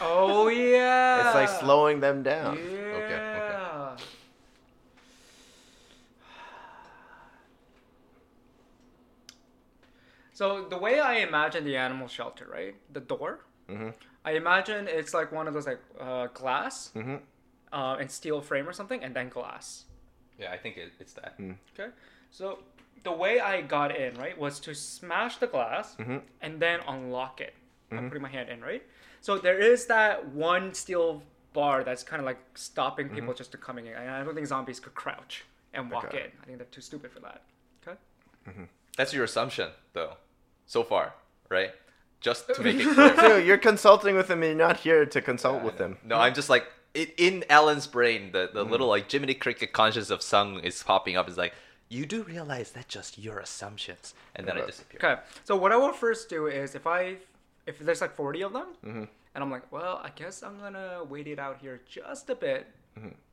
oh yeah. It's like slowing them Yeah. down. okay. So the way I imagine the animal shelter, right? The door. Mhm. I imagine it's like one of those like uh, glass Mhm. uh, and steel frame or something, and then glass. Yeah, I think it, it's that. Hmm. Okay. So the way I got in, right, was to smash the glass and then unlock it. by putting my hand in, right? So there is that one steel bar that's kind of like stopping people just to coming in. And I don't think zombies could crouch and walk Okay. in. I think they're too stupid for that. Okay. That's your assumption, though, so far, right? Just to make it clear. Dude, you're consulting with him, and you're not here to consult with him. Uh, Mm. No, I'm just like it, in Alan's brain, the, the little like Jiminy Cricket conscious of Sung is popping up. It's like you do realize that's just your assumptions, and then I Right. disappear. Okay. So what I will first do is if I if there's like 40 of them, and I'm like, well, I guess I'm gonna wait it out here just a bit,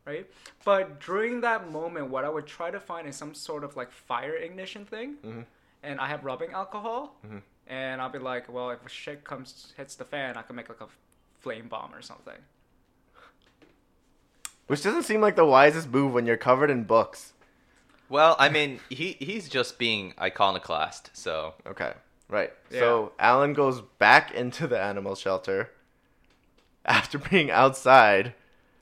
right? But during that moment, what I would try to find is some sort of like fire ignition thing, and I have rubbing alcohol, and I'll be like, well, if shit comes hits the fan, I can make like a flame bomb or something. Which doesn't seem like the wisest move when you're covered in books. Well, I mean, he he's just being iconoclast. So Okay, right. Yeah. So Alan goes back into the animal shelter after being outside.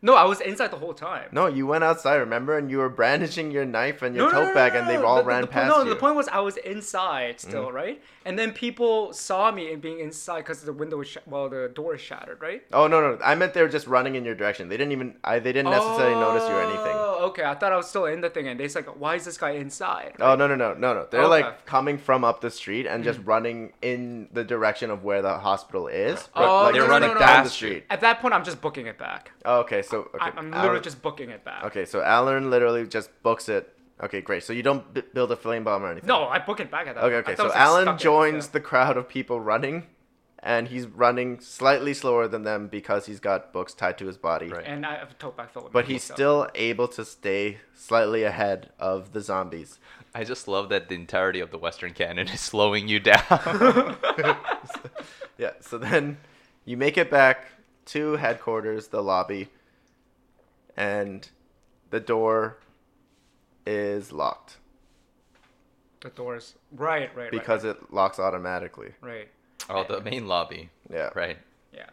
No, I was inside the whole time. No, you went outside, remember? And you were brandishing your knife and your tote bag, and they all The- the- ran the, po- past No, you. Mm-hmm. the point was I was inside still, right? And then people saw me and being inside because the window was sh- well, the door is shattered, right? Oh no, no! I meant they were just running in your direction. They didn't even. I, they didn't necessarily notice you or anything. Oh, okay. I thought I was still in the thing, and they're like, "Why is this guy inside?" Oh no, no, no, no, no! They're Okay. Mm. like coming from up the street and just running in the direction of where the hospital is. but, Oh, like, They're no, no, running no, no. down the past you. street. At that point, I'm just booking it back. Oh, okay, so okay, I, I'm literally Alan- just booking it back. Okay, so Alan literally just books it. Okay, great. So you don't b- build a flame bomb or anything. No, I book it back at that. Okay, point. I okay. thought I So was, like, Alan stuck in- joins yeah. the crowd of people running, and he's running slightly slower than them because he's got books tied to his body. Right. and I have a tote bag filled with. But my he's stuff. still able to stay slightly ahead of the zombies. I just love that the entirety of the Western canon is slowing you down. Yeah. So then you make it back to headquarters, the lobby, and the door is locked the doors. Right, right, because it locks automatically. right, right. oh, the main lobby. Yeah. Right. Yeah.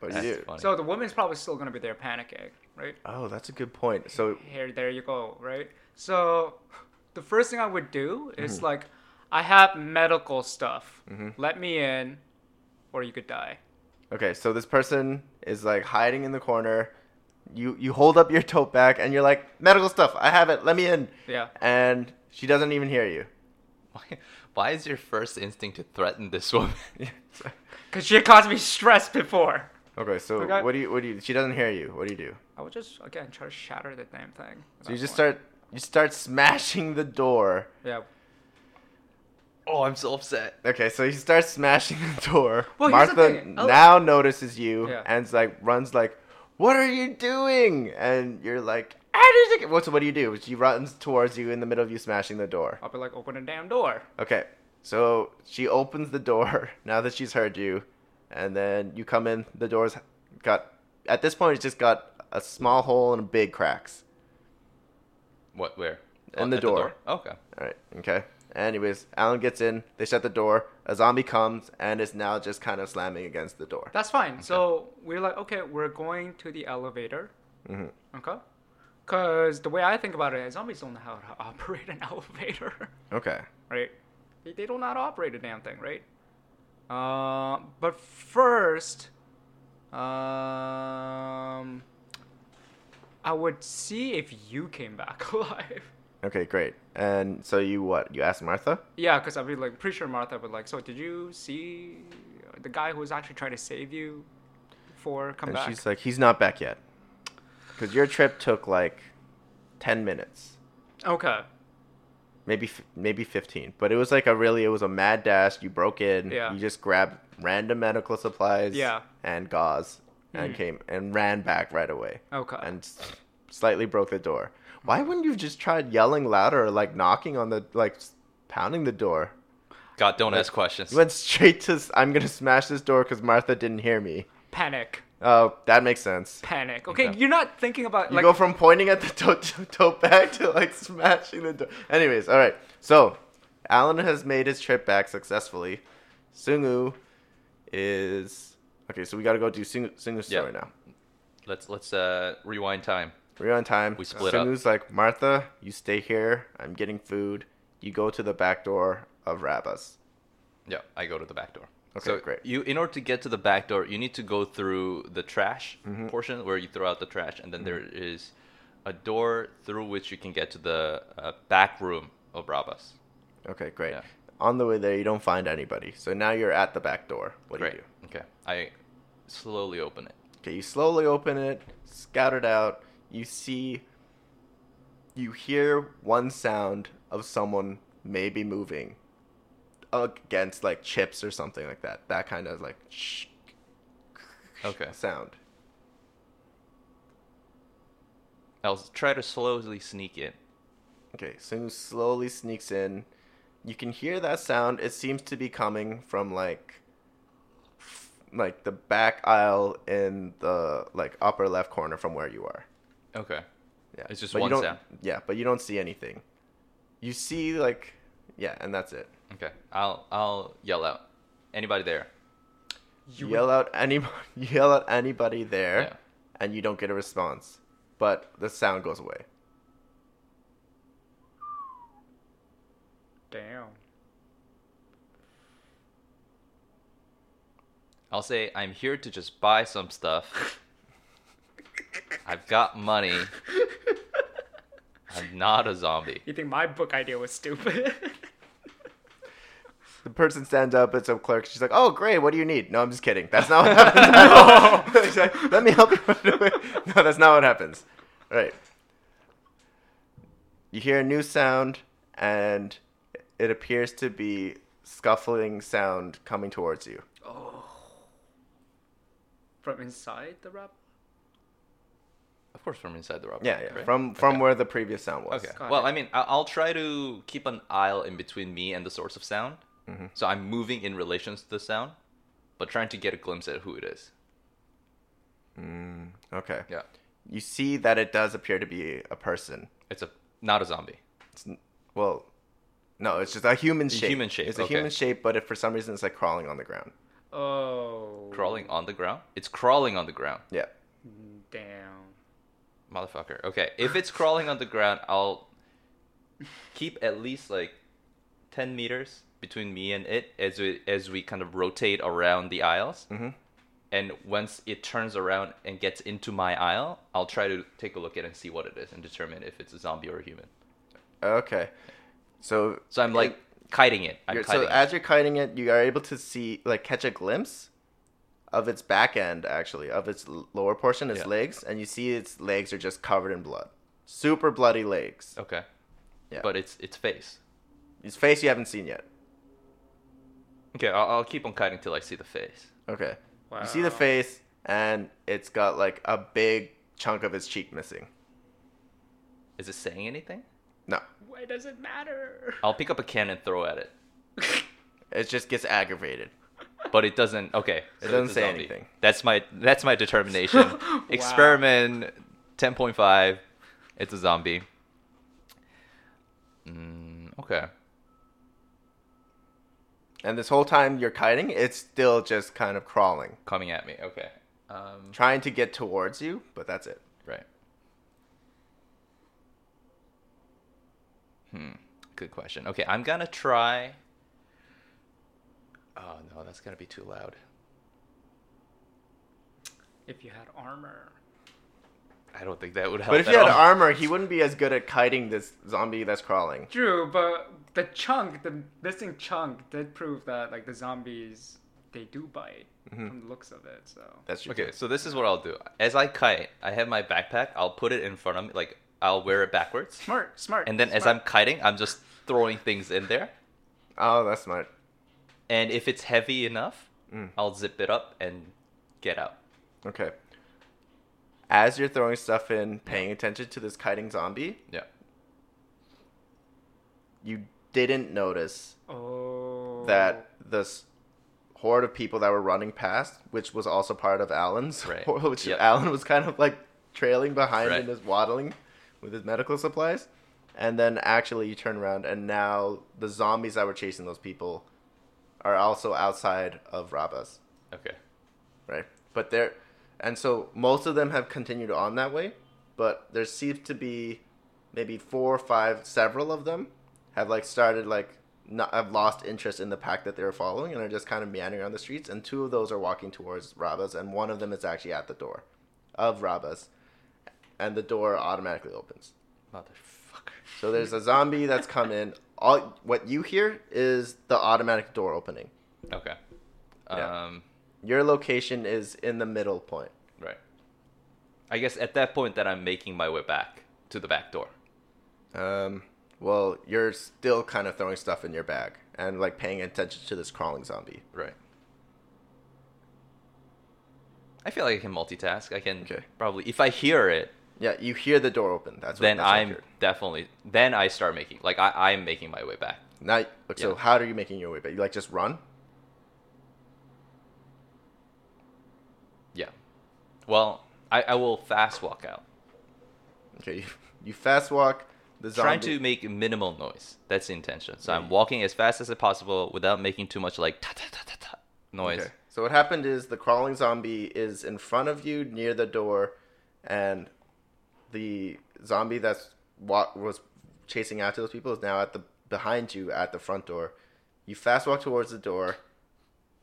But That's you, funny. So the woman's probably still gonna be there panicking, right? Oh, that's a good point. So here there you go right so the first thing i would do is Mm-hmm. like i have medical stuff let me in or you could die Okay, so this person is like hiding in the corner. You you hold up your tote bag and you're like, medical stuff, I have it, let me in. yeah And she doesn't even hear you. Why, why is your first instinct to threaten this woman? because she caused me stress before okay, so Okay. what do you what do you she doesn't hear you. What do you do? i would just again try to shatter the damn thing at So you that point. just start you start smashing the door. yeah Oh, I'm so upset. Okay, so you start smashing the door. Well, here's the Martha thing. I'll- now notices you Yeah. and is like runs like, "What are you doing?" And you're like, "I didn't." What's what do you do? She runs towards you in the middle of you smashing the door. i'll be like open the damn door Okay, so she opens the door now that she's heard you, and then you come in. The door's got at this point it's just got a small hole and big cracks. What? Where? Oh, In the at door. Okay. All right, okay. Anyways, Alan gets in. They shut the door. A zombie comes and is now just kind of slamming against the door. that's fine so we're like okay we're going to the elevator Mm-hmm. okay because the way i think about it zombies don't know how to operate an elevator Okay. right? They, they don't know how to operate a damn thing, right? Uh, but first, um, I would see if you came back alive. Okay, great. And so you what? You ask Martha? Yeah, because I'd be like, pretty sure Martha would like. So did you see? the guy who's actually trying to save you for come and back. she's like, he's not back yet, because your trip took like ten minutes, okay. maybe f- maybe fifteen. But it was like a really, it was a mad dash. You broke in. Yeah. You just grabbed random medical supplies. Yeah. Hmm. And gauze, and came and ran back right away. Okay. And s- slightly broke the door. Why wouldn't you have just tried yelling louder or like knocking on the like s- pounding the door? God, don't ask questions. You went straight to s- I'm gonna smash this door because Martha didn't hear me. Panic. Oh, that makes sense. Panic. Okay, Okay. you're not thinking about You like go from pointing at the tote to- tote bag to like smashing the door. Anyways, all right. So, Alan has made his trip back successfully. Sungu is okay. So we got to go do Sungu, Sungu's Yeah. story now. Let's let's uh, rewind time. We're on time. We split up. Sungu's like Martha, you stay here. I'm getting food. You go to the back door of Rabas. Yeah, I go to the back door. Okay, so great. You, in order to get to the back door, you need to go through the trash Mm-hmm. portion where you throw out the trash, and then there is a door through which you can get to the uh, back room of Rabas. Okay, great. Yeah. On the way there, you don't find anybody. So now you're at the back door. What Great. do you do? Okay, I slowly open it. Okay, you slowly open it, scout it out. You see, you hear one sound of someone maybe moving against like chips or something like that. That kind of like shh Okay, sound. I'll s- try to slowly sneak in. Okay, so you slowly sneaks in. You can hear that sound. It seems to be coming from like f- like the back aisle in the like upper left corner from where you are. Okay, Yeah. It's just but you one don't- sound. Yeah, but you don't see anything. You see like yeah, and that's it. okay, I'll I'll yell out. Anybody there? you yell out any you yell at anybody there Yeah. and you don't get a response. But the sound goes away. Damn. I'll say I'm here to just buy some stuff. I've got money. I'm not a zombie. You think my book idea was stupid? The person stands up, it's a clerk, she's like, Oh great, what do you need? No, I'm just kidding. That's not what happens. She's like, Let me help you right away. No, that's not what happens. All right. You hear a new sound and it appears to be scuffling sound coming towards you. From inside the rap? Of course, from inside the robbery. Yeah, yeah. right? From from Okay. where the previous sound was. Okay. Got Well, it. I mean, I- I'll try to keep an aisle in between me and the source of sound. Mm-hmm. So I'm moving in relation to the sound, but trying to get a glimpse at who it is. Okay. Yeah. You see that it does appear to be a person. It's a not a zombie. It's n- well, no, it's just a human shape. human shape, It's a okay. human shape, but if for some reason it's like crawling on the ground. Oh. Crawling on the ground. It's crawling on the ground, Yeah. Damn. motherfucker. Okay. If it's crawling on the ground, I'll keep at least like ten meters between me and it as we as we kind of rotate around the aisles. Mm-hmm. And once it turns around and gets into my aisle, I'll try to take a look at it and see what it is and determine if it's a zombie or a human. Okay. So So I'm like kiting it. I'm you're, kiting so it. as you're kiting it, you are able to see like catch a glimpse of its back end actually, of its l- lower portion, its Yeah. legs, and you see its legs are just covered in blood. Super bloody legs. Okay. Yeah. But it's its face. Its face you haven't seen yet. Okay, I'll, I'll keep on kiting till I see the face. Okay. You see the Wow. face, and it's got like a big chunk of its cheek missing. Is it saying anything? No, Why does it matter? I'll pick up a can and throw at it. it just gets aggravated. But it doesn't. Okay. so doesn't it's a say zombie. anything. That's my that's my determination. Experiment 10.5. It's a zombie. Mm, okay. And this whole time you're kiting, it's still just kind of crawling, Coming at me. Okay. Um, trying to get towards you, but that's it. Right. Hmm. Good question. Okay, I'm gonna try. Oh no, that's gonna be too loud. If you had armor. I don't think that would help. But if at you had all. armor, he wouldn't be as good at kiting this zombie that's crawling. True, but the chunk, the missing chunk, did prove that like the zombies they do bite Mm-hmm. from the looks of it. So That's your Okay, case. so this is what I'll do. As I kite, I have my backpack. I'll put it in front of me, like I'll wear it backwards, smart, smart. and then as I'm smart. kiting, I'm just throwing things in there. Oh, that's smart. And if it's heavy enough, I'll zip it up and get out. Okay. As you're throwing stuff in, paying attention to this kiting zombie, Yeah. you didn't notice oh that this horde of people that were running past, which was also part of Alan's, Right. which Yep. Alan was kind of like trailing behind Right. in his waddling with his medical supplies. And then actually, you turn around, and now the zombies that were chasing those people are also outside of Rabas, Okay. right? But they're, and so most of them have continued on that way, but there seems to be maybe four or five, several of them have like started like not have lost interest in the pack that they were following and are just kind of meandering on the streets. And two of those are walking towards Rabas, and one of them is actually at the door of Rabas, and the door automatically opens. Motherfucker. So there's a zombie that's come in. All what you hear is the automatic door opening. Okay. Yeah. Um. Your location is in the middle point. Right. I guess at that point that I'm making my way back to the back door. Um, well, you're still kind of throwing stuff in your bag and like paying attention to this crawling zombie. Right. I feel like I can multitask. I can Okay. probably if I hear it, Yeah, you hear the door open. That's what, then that's what I I'm heard. definitely then I start making like I, I'm making my way back. now. okay, So Yeah. how are you making your way back? You like just run? Yeah. Well, I, I will fast walk out. Okay, you, you fast walk. The zombie. Trying to make minimal noise. That's the intention. So I'm walking as fast as possible without making too much like ta ta ta ta ta noise. Okay. So what happened is the crawling zombie is in front of you near the door, and the zombie that's what was chasing after those people is now at the behind you at the front door. You fast walk towards the door.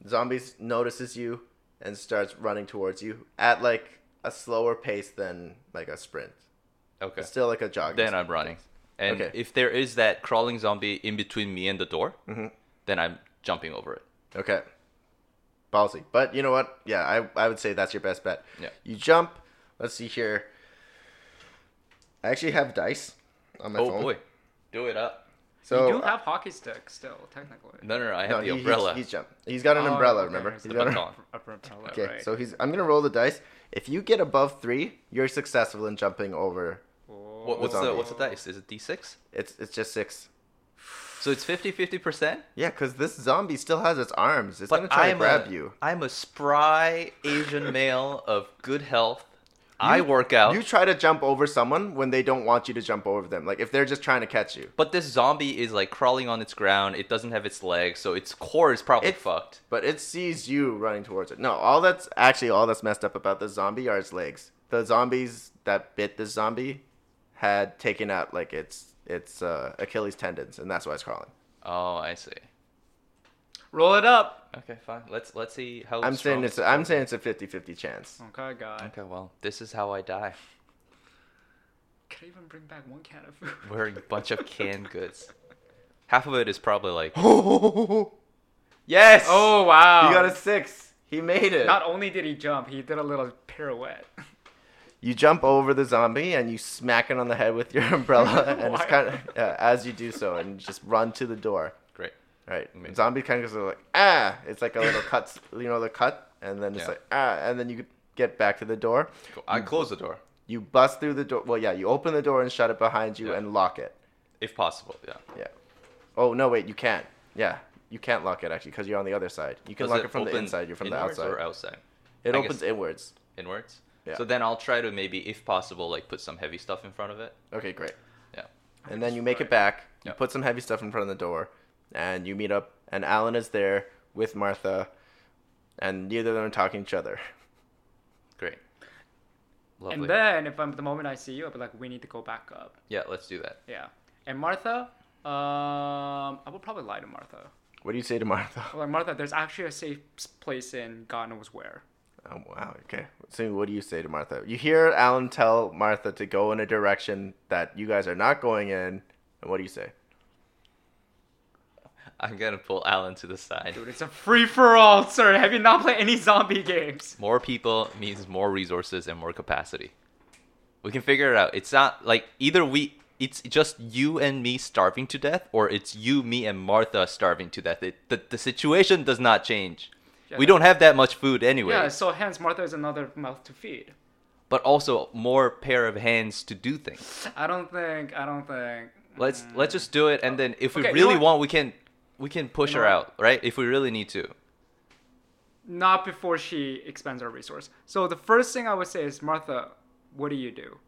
Zombie notices you and starts running towards you at like a slower pace than like a sprint. Okay. Still like a jog. Then I'm running. And Okay. if there is that crawling zombie in between me and the door, Mm-hmm. then I'm jumping over it. Okay. Ballsy. But you know what? Yeah, I, I would say that's your best bet. Yeah. You jump. Let's see here. I actually have dice on my oh phone. boy. Do it up. So you do have hockey stick still, technically. No, no, no. I have no, the he- umbrella. He's, he's jump. He's got an Oh, umbrella. okay, Remember? okay. He's the got an- baton. Upper umbrella, Okay. right. So he's. I'm gonna roll the dice. If you get above three, you're successful in jumping over. What, what's the zombie. what's the dice? Is it D6? It's it's just six. So it's 50 50%? Yeah, because this zombie still has its arms. It's gonna But try I'm to grab a, you. I'm a spry Asian male of good health. I work out. You try to jump over someone when they don't want you to jump over them. Like if they're just trying to catch you. but this zombie is like crawling on its ground. It doesn't have its legs, so its core is probably It's- fucked. But it sees you running towards it. No, all that's actually all that's messed up about the zombie are its legs. The zombies that bit the zombie had taken out like its its uh, Achilles tendons, and that's why it's crawling. Oh, I see. Roll it up. Okay, fine. Let's let's see how. I'm saying strong- it's I'm saying it's a 50-50 chance. Okay, Oh, God. Okay, well, this is how I die. Could I even bring back one can of food? Wearing a bunch of canned goods. Half of it is probably like yes. Oh wow! you got a six. He made it. Not only did he jump, he did a little pirouette. you jump over the zombie and you smack it on the head with your umbrella, and it's Why? kind of uh, as you do so, and you just run to the door. great. Right. Amazing. Zombie kind of goes like ah. It's like a little cut, you know, the cut, and then it's Yeah. like ah, and then you get back to the door. Cool. I close the door You bust through the door. Well, yeah, you open the door and shut it behind you Yeah. and lock it. if possible. Yeah. Yeah. Oh no, wait, you can't. Yeah, you can't lock it actually because you're on the other side. You can Does lock it, from the open inside. You're from the inwards outside. or outside. It I opens guess- inwards. inwards. Yeah. So then I'll try to maybe, if possible, like put some heavy stuff in front of it. Okay, great. Yeah. And then you make it back. You Yeah. put some heavy stuff in front of the door, and you meet up. And Alan is there with Martha, and neither of them are talking to each other. Great. Lovely. And then, if I'm the moment I see you, I'll be like, "We need to go back up." yeah, let's do that. Yeah. And Martha, um, I will probably lie to Martha. What do you say to Martha? I'm like Martha, there's actually a safe s- place in God knows where. Oh, wow. Okay. So, what do you say to Martha? You hear Alan tell Martha to go in a direction that you guys are not going in. And what do you say? I'm gonna pull Alan to the side. Dude, it's a free for all, sir. Have you not played any zombie games? More people means more resources and more capacity. We can figure it out. It's not like either we it's just you and me starving to death or it's you, me and Martha starving to death. It, the, the situation does not change. we don't have that much food anyway. Yeah, so hence Martha is another mouth to feed. But also more pair of hands to do things. I don't think. I don't think. Let's let's just do it and then if we Okay, you know really what? want we can we can push know her what? out, right? If we really need to. Not before she expends her resource. So the first thing I would say is, Martha, what do you do?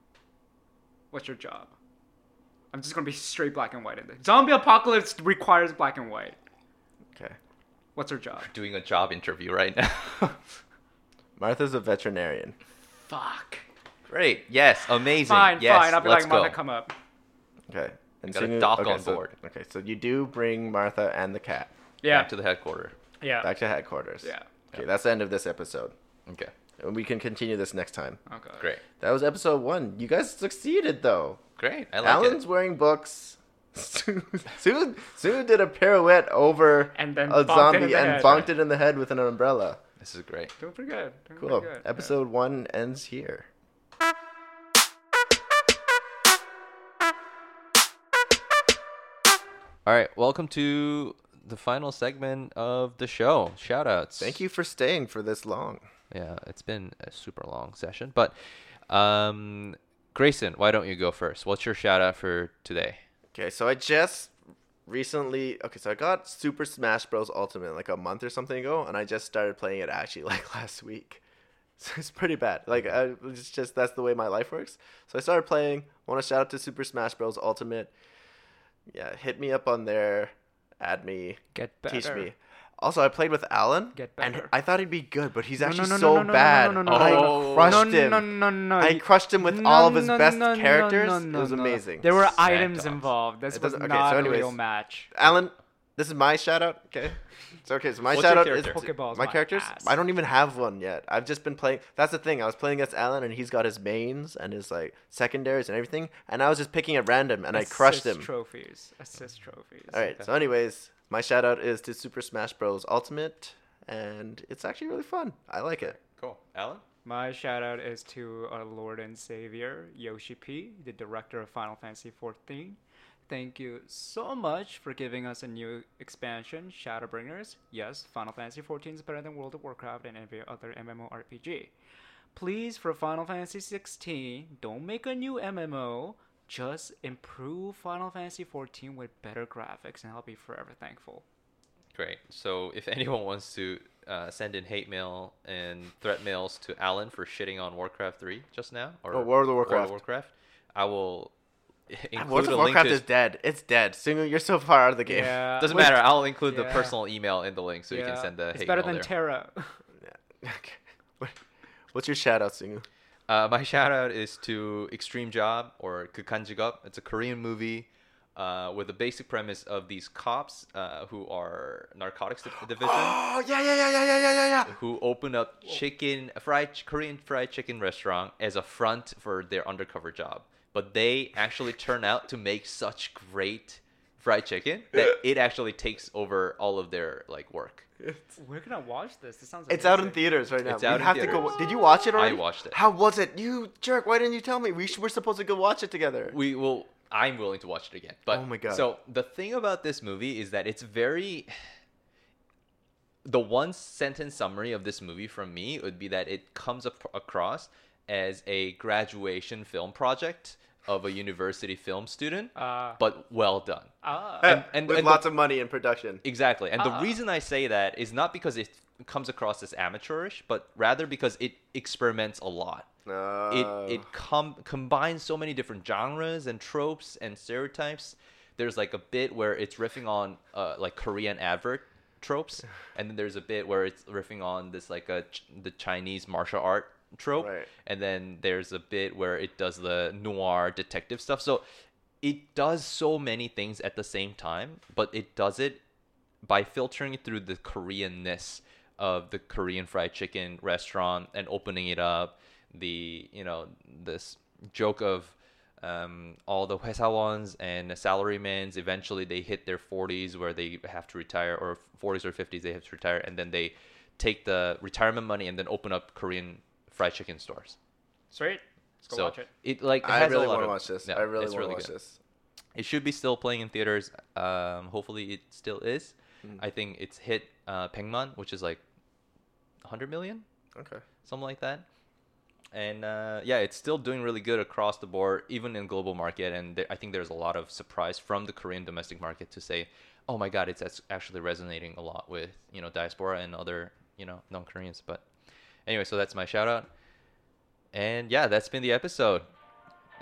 What's your job? I'm just gonna be straight black and white in this. Zombie apocalypse requires black and white. Okay. What's her job? Doing a job interview right now. Martha's a veterinarian. Fuck. Great. Yes. Amazing. Fine, yes. fine. I'll be Let's like, go. Martha, come up. Okay. And Got a you- doc okay, on so- board. Okay, so you do bring Martha and the cat Yeah. Back to the headquarter. yeah. back to headquarters. Yeah. Okay, that's the end of this episode. Okay. And we can continue this next time. okay. Great. That was episode one. You guys succeeded though. Great. I like Alan's it. wearing books. Sue, Sue, Sue did a pirouette over And then a bonked it in zombie the and head. bonked it in the head with an umbrella. This is great. Doing pretty good. Doing Cool. Pretty good. Yeah. Episode one ends here. All right. Welcome to the final segment of the show. Shout outs. Thank you for staying for this long. Yeah. It's been a super long session, but um, Grayson, why don't you go first? What's your shout out for today? Okay, so I just recently okay, so I got Super Smash Bros. Ultimate like a month or something ago, and I just started playing it actually like last week. So it's pretty bad. Like I, it's just that's the way my life works. So I started playing. Want to shout out to Super Smash Bros. Ultimate. Yeah, hit me up on there. Add me. Get Teach better. me. Also, I played with Alan, Get and better. I thought he'd be good, but he's No, actually no, no, so no, no, no, bad. no, no, and I no, no. crushed no, him. No, no, no, I He- crushed him with no, all of his no, best no, no, characters. no, it no, was no. amazing. There were Sad items dogs. involved. This It was doesn't- not okay, so a real anyways, match. Alan, this is my shout out. Okay. It's okay. So my What's shout your out is character? Pokeball's my my characters. ass. I don't even have one yet. I've just been playing. That's the thing. I was playing against Alan, and he's got his mains and his like secondaries and everything. And I was just picking at random, and I crushed Assist him. Trophies, assist trophies. All right. So, anyways, my shout out is to Super Smash Bros. Ultimate, and it's actually really fun. I like it. Cool. Alan? My shout out is to our Lord and Savior Yoshi P, the director of Final Fantasy XIV. Thank you so much for giving us a new expansion, Shadowbringers. Yes, Final Fantasy XIV is better than World of Warcraft and every other MMORPG. Please, for Final Fantasy XVI, don't make a new MMO. Just improve Final Fantasy XIV with better graphics, and I'll be forever thankful. Great. So if anyone wants to uh, send in hate mail and threat mails to Alan for shitting on Warcraft 3 just now, or Oh, World of Warcraft. Ah, Warcraft, I will include World a of link Warcraft to his is dead. It's dead. Single, you're so far out of the game. Yeah. Doesn't Wait, matter. I'll include the yeah. personal email in the link so you yeah, can send the It's hate better mail than there. Terra. Okay. What- What's your shout out, Single? uh, my shout out is to Extreme Job or Kukanjigop. It's a Korean movie uh, with the basic premise of these cops uh, who are narcotics div- division Oh yeah yeah yeah yeah yeah yeah yeah. who open up chicken fried ch- Korean fried chicken restaurant as a front for their undercover job. But they actually turn out to make such great fried chicken that it actually takes over all of their like work. Where can I watch this? This sounds. It's out in amazing. theaters right now. It's we out in have to go. theaters. Did you watch it already? watched it. How was it? You jerk! Why didn't you tell me? We sh- we're supposed to go watch it together. we will i'm willing to watch it again but Oh my God. so the thing about this movie is that it's very the one sentence summary of this movie from me would be that it comes up across as a graduation film project of a university film student Ah. but well done Ah. and, and- with and lots the- of money in production. Exactly. And Ah. the reason I say that is not because it comes across as amateurish, but rather because it experiments a lot. Oh. It it com- combines so many different genres and tropes and stereotypes. There's like a bit where it's riffing on uh, like Korean advert tropes, and then there's a bit where it's riffing on this like a ch- the Chinese martial art trope, Right. and then there's a bit where it does the noir detective stuff. So it does so many things at the same time, but it does it by filtering it through the Koreanness of the Korean fried chicken restaurant and opening it up, the you know this joke of um, all the 회사원's and salarymen's eventually they hit their 40s where they have to retire or 40s or 50s they have to retire and then they take the retirement money and then open up Korean fried chicken stores. Sweet. Let's go so watch it. like I has a really lot want to of- watch this. yeah, I really it's want to watch good. this. It should be still playing in theaters. Um, hopefully it still is. I think it's hit uh, Pengman, which is like 100 million Okay. something like that. And uh, yeah, it's still doing really good across the board, even in global market. And there, I think there's a lot of surprise from the Korean domestic market to say, oh my God, it's as- actually resonating a lot with you know diaspora and other you know non-Koreans. But anyway, so that's my shout out. And yeah, that's been the episode.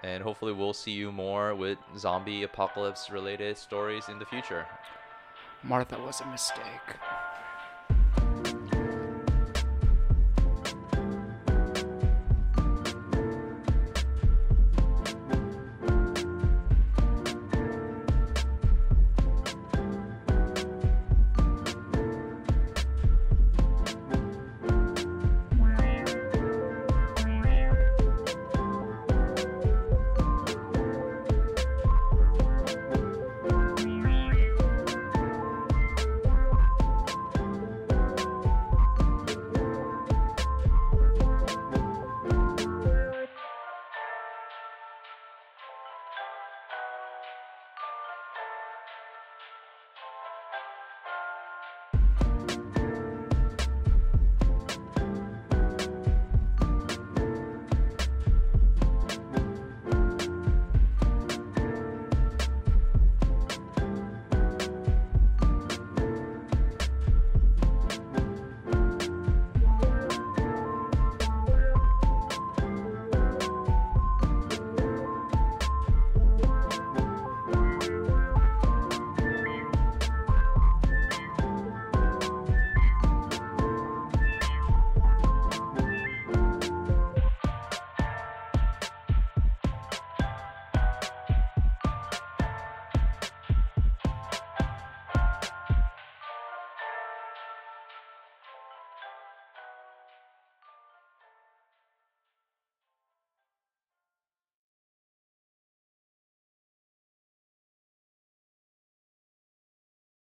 And hopefully, we'll see you more with zombie apocalypse related stories in the future. Martha was a mistake.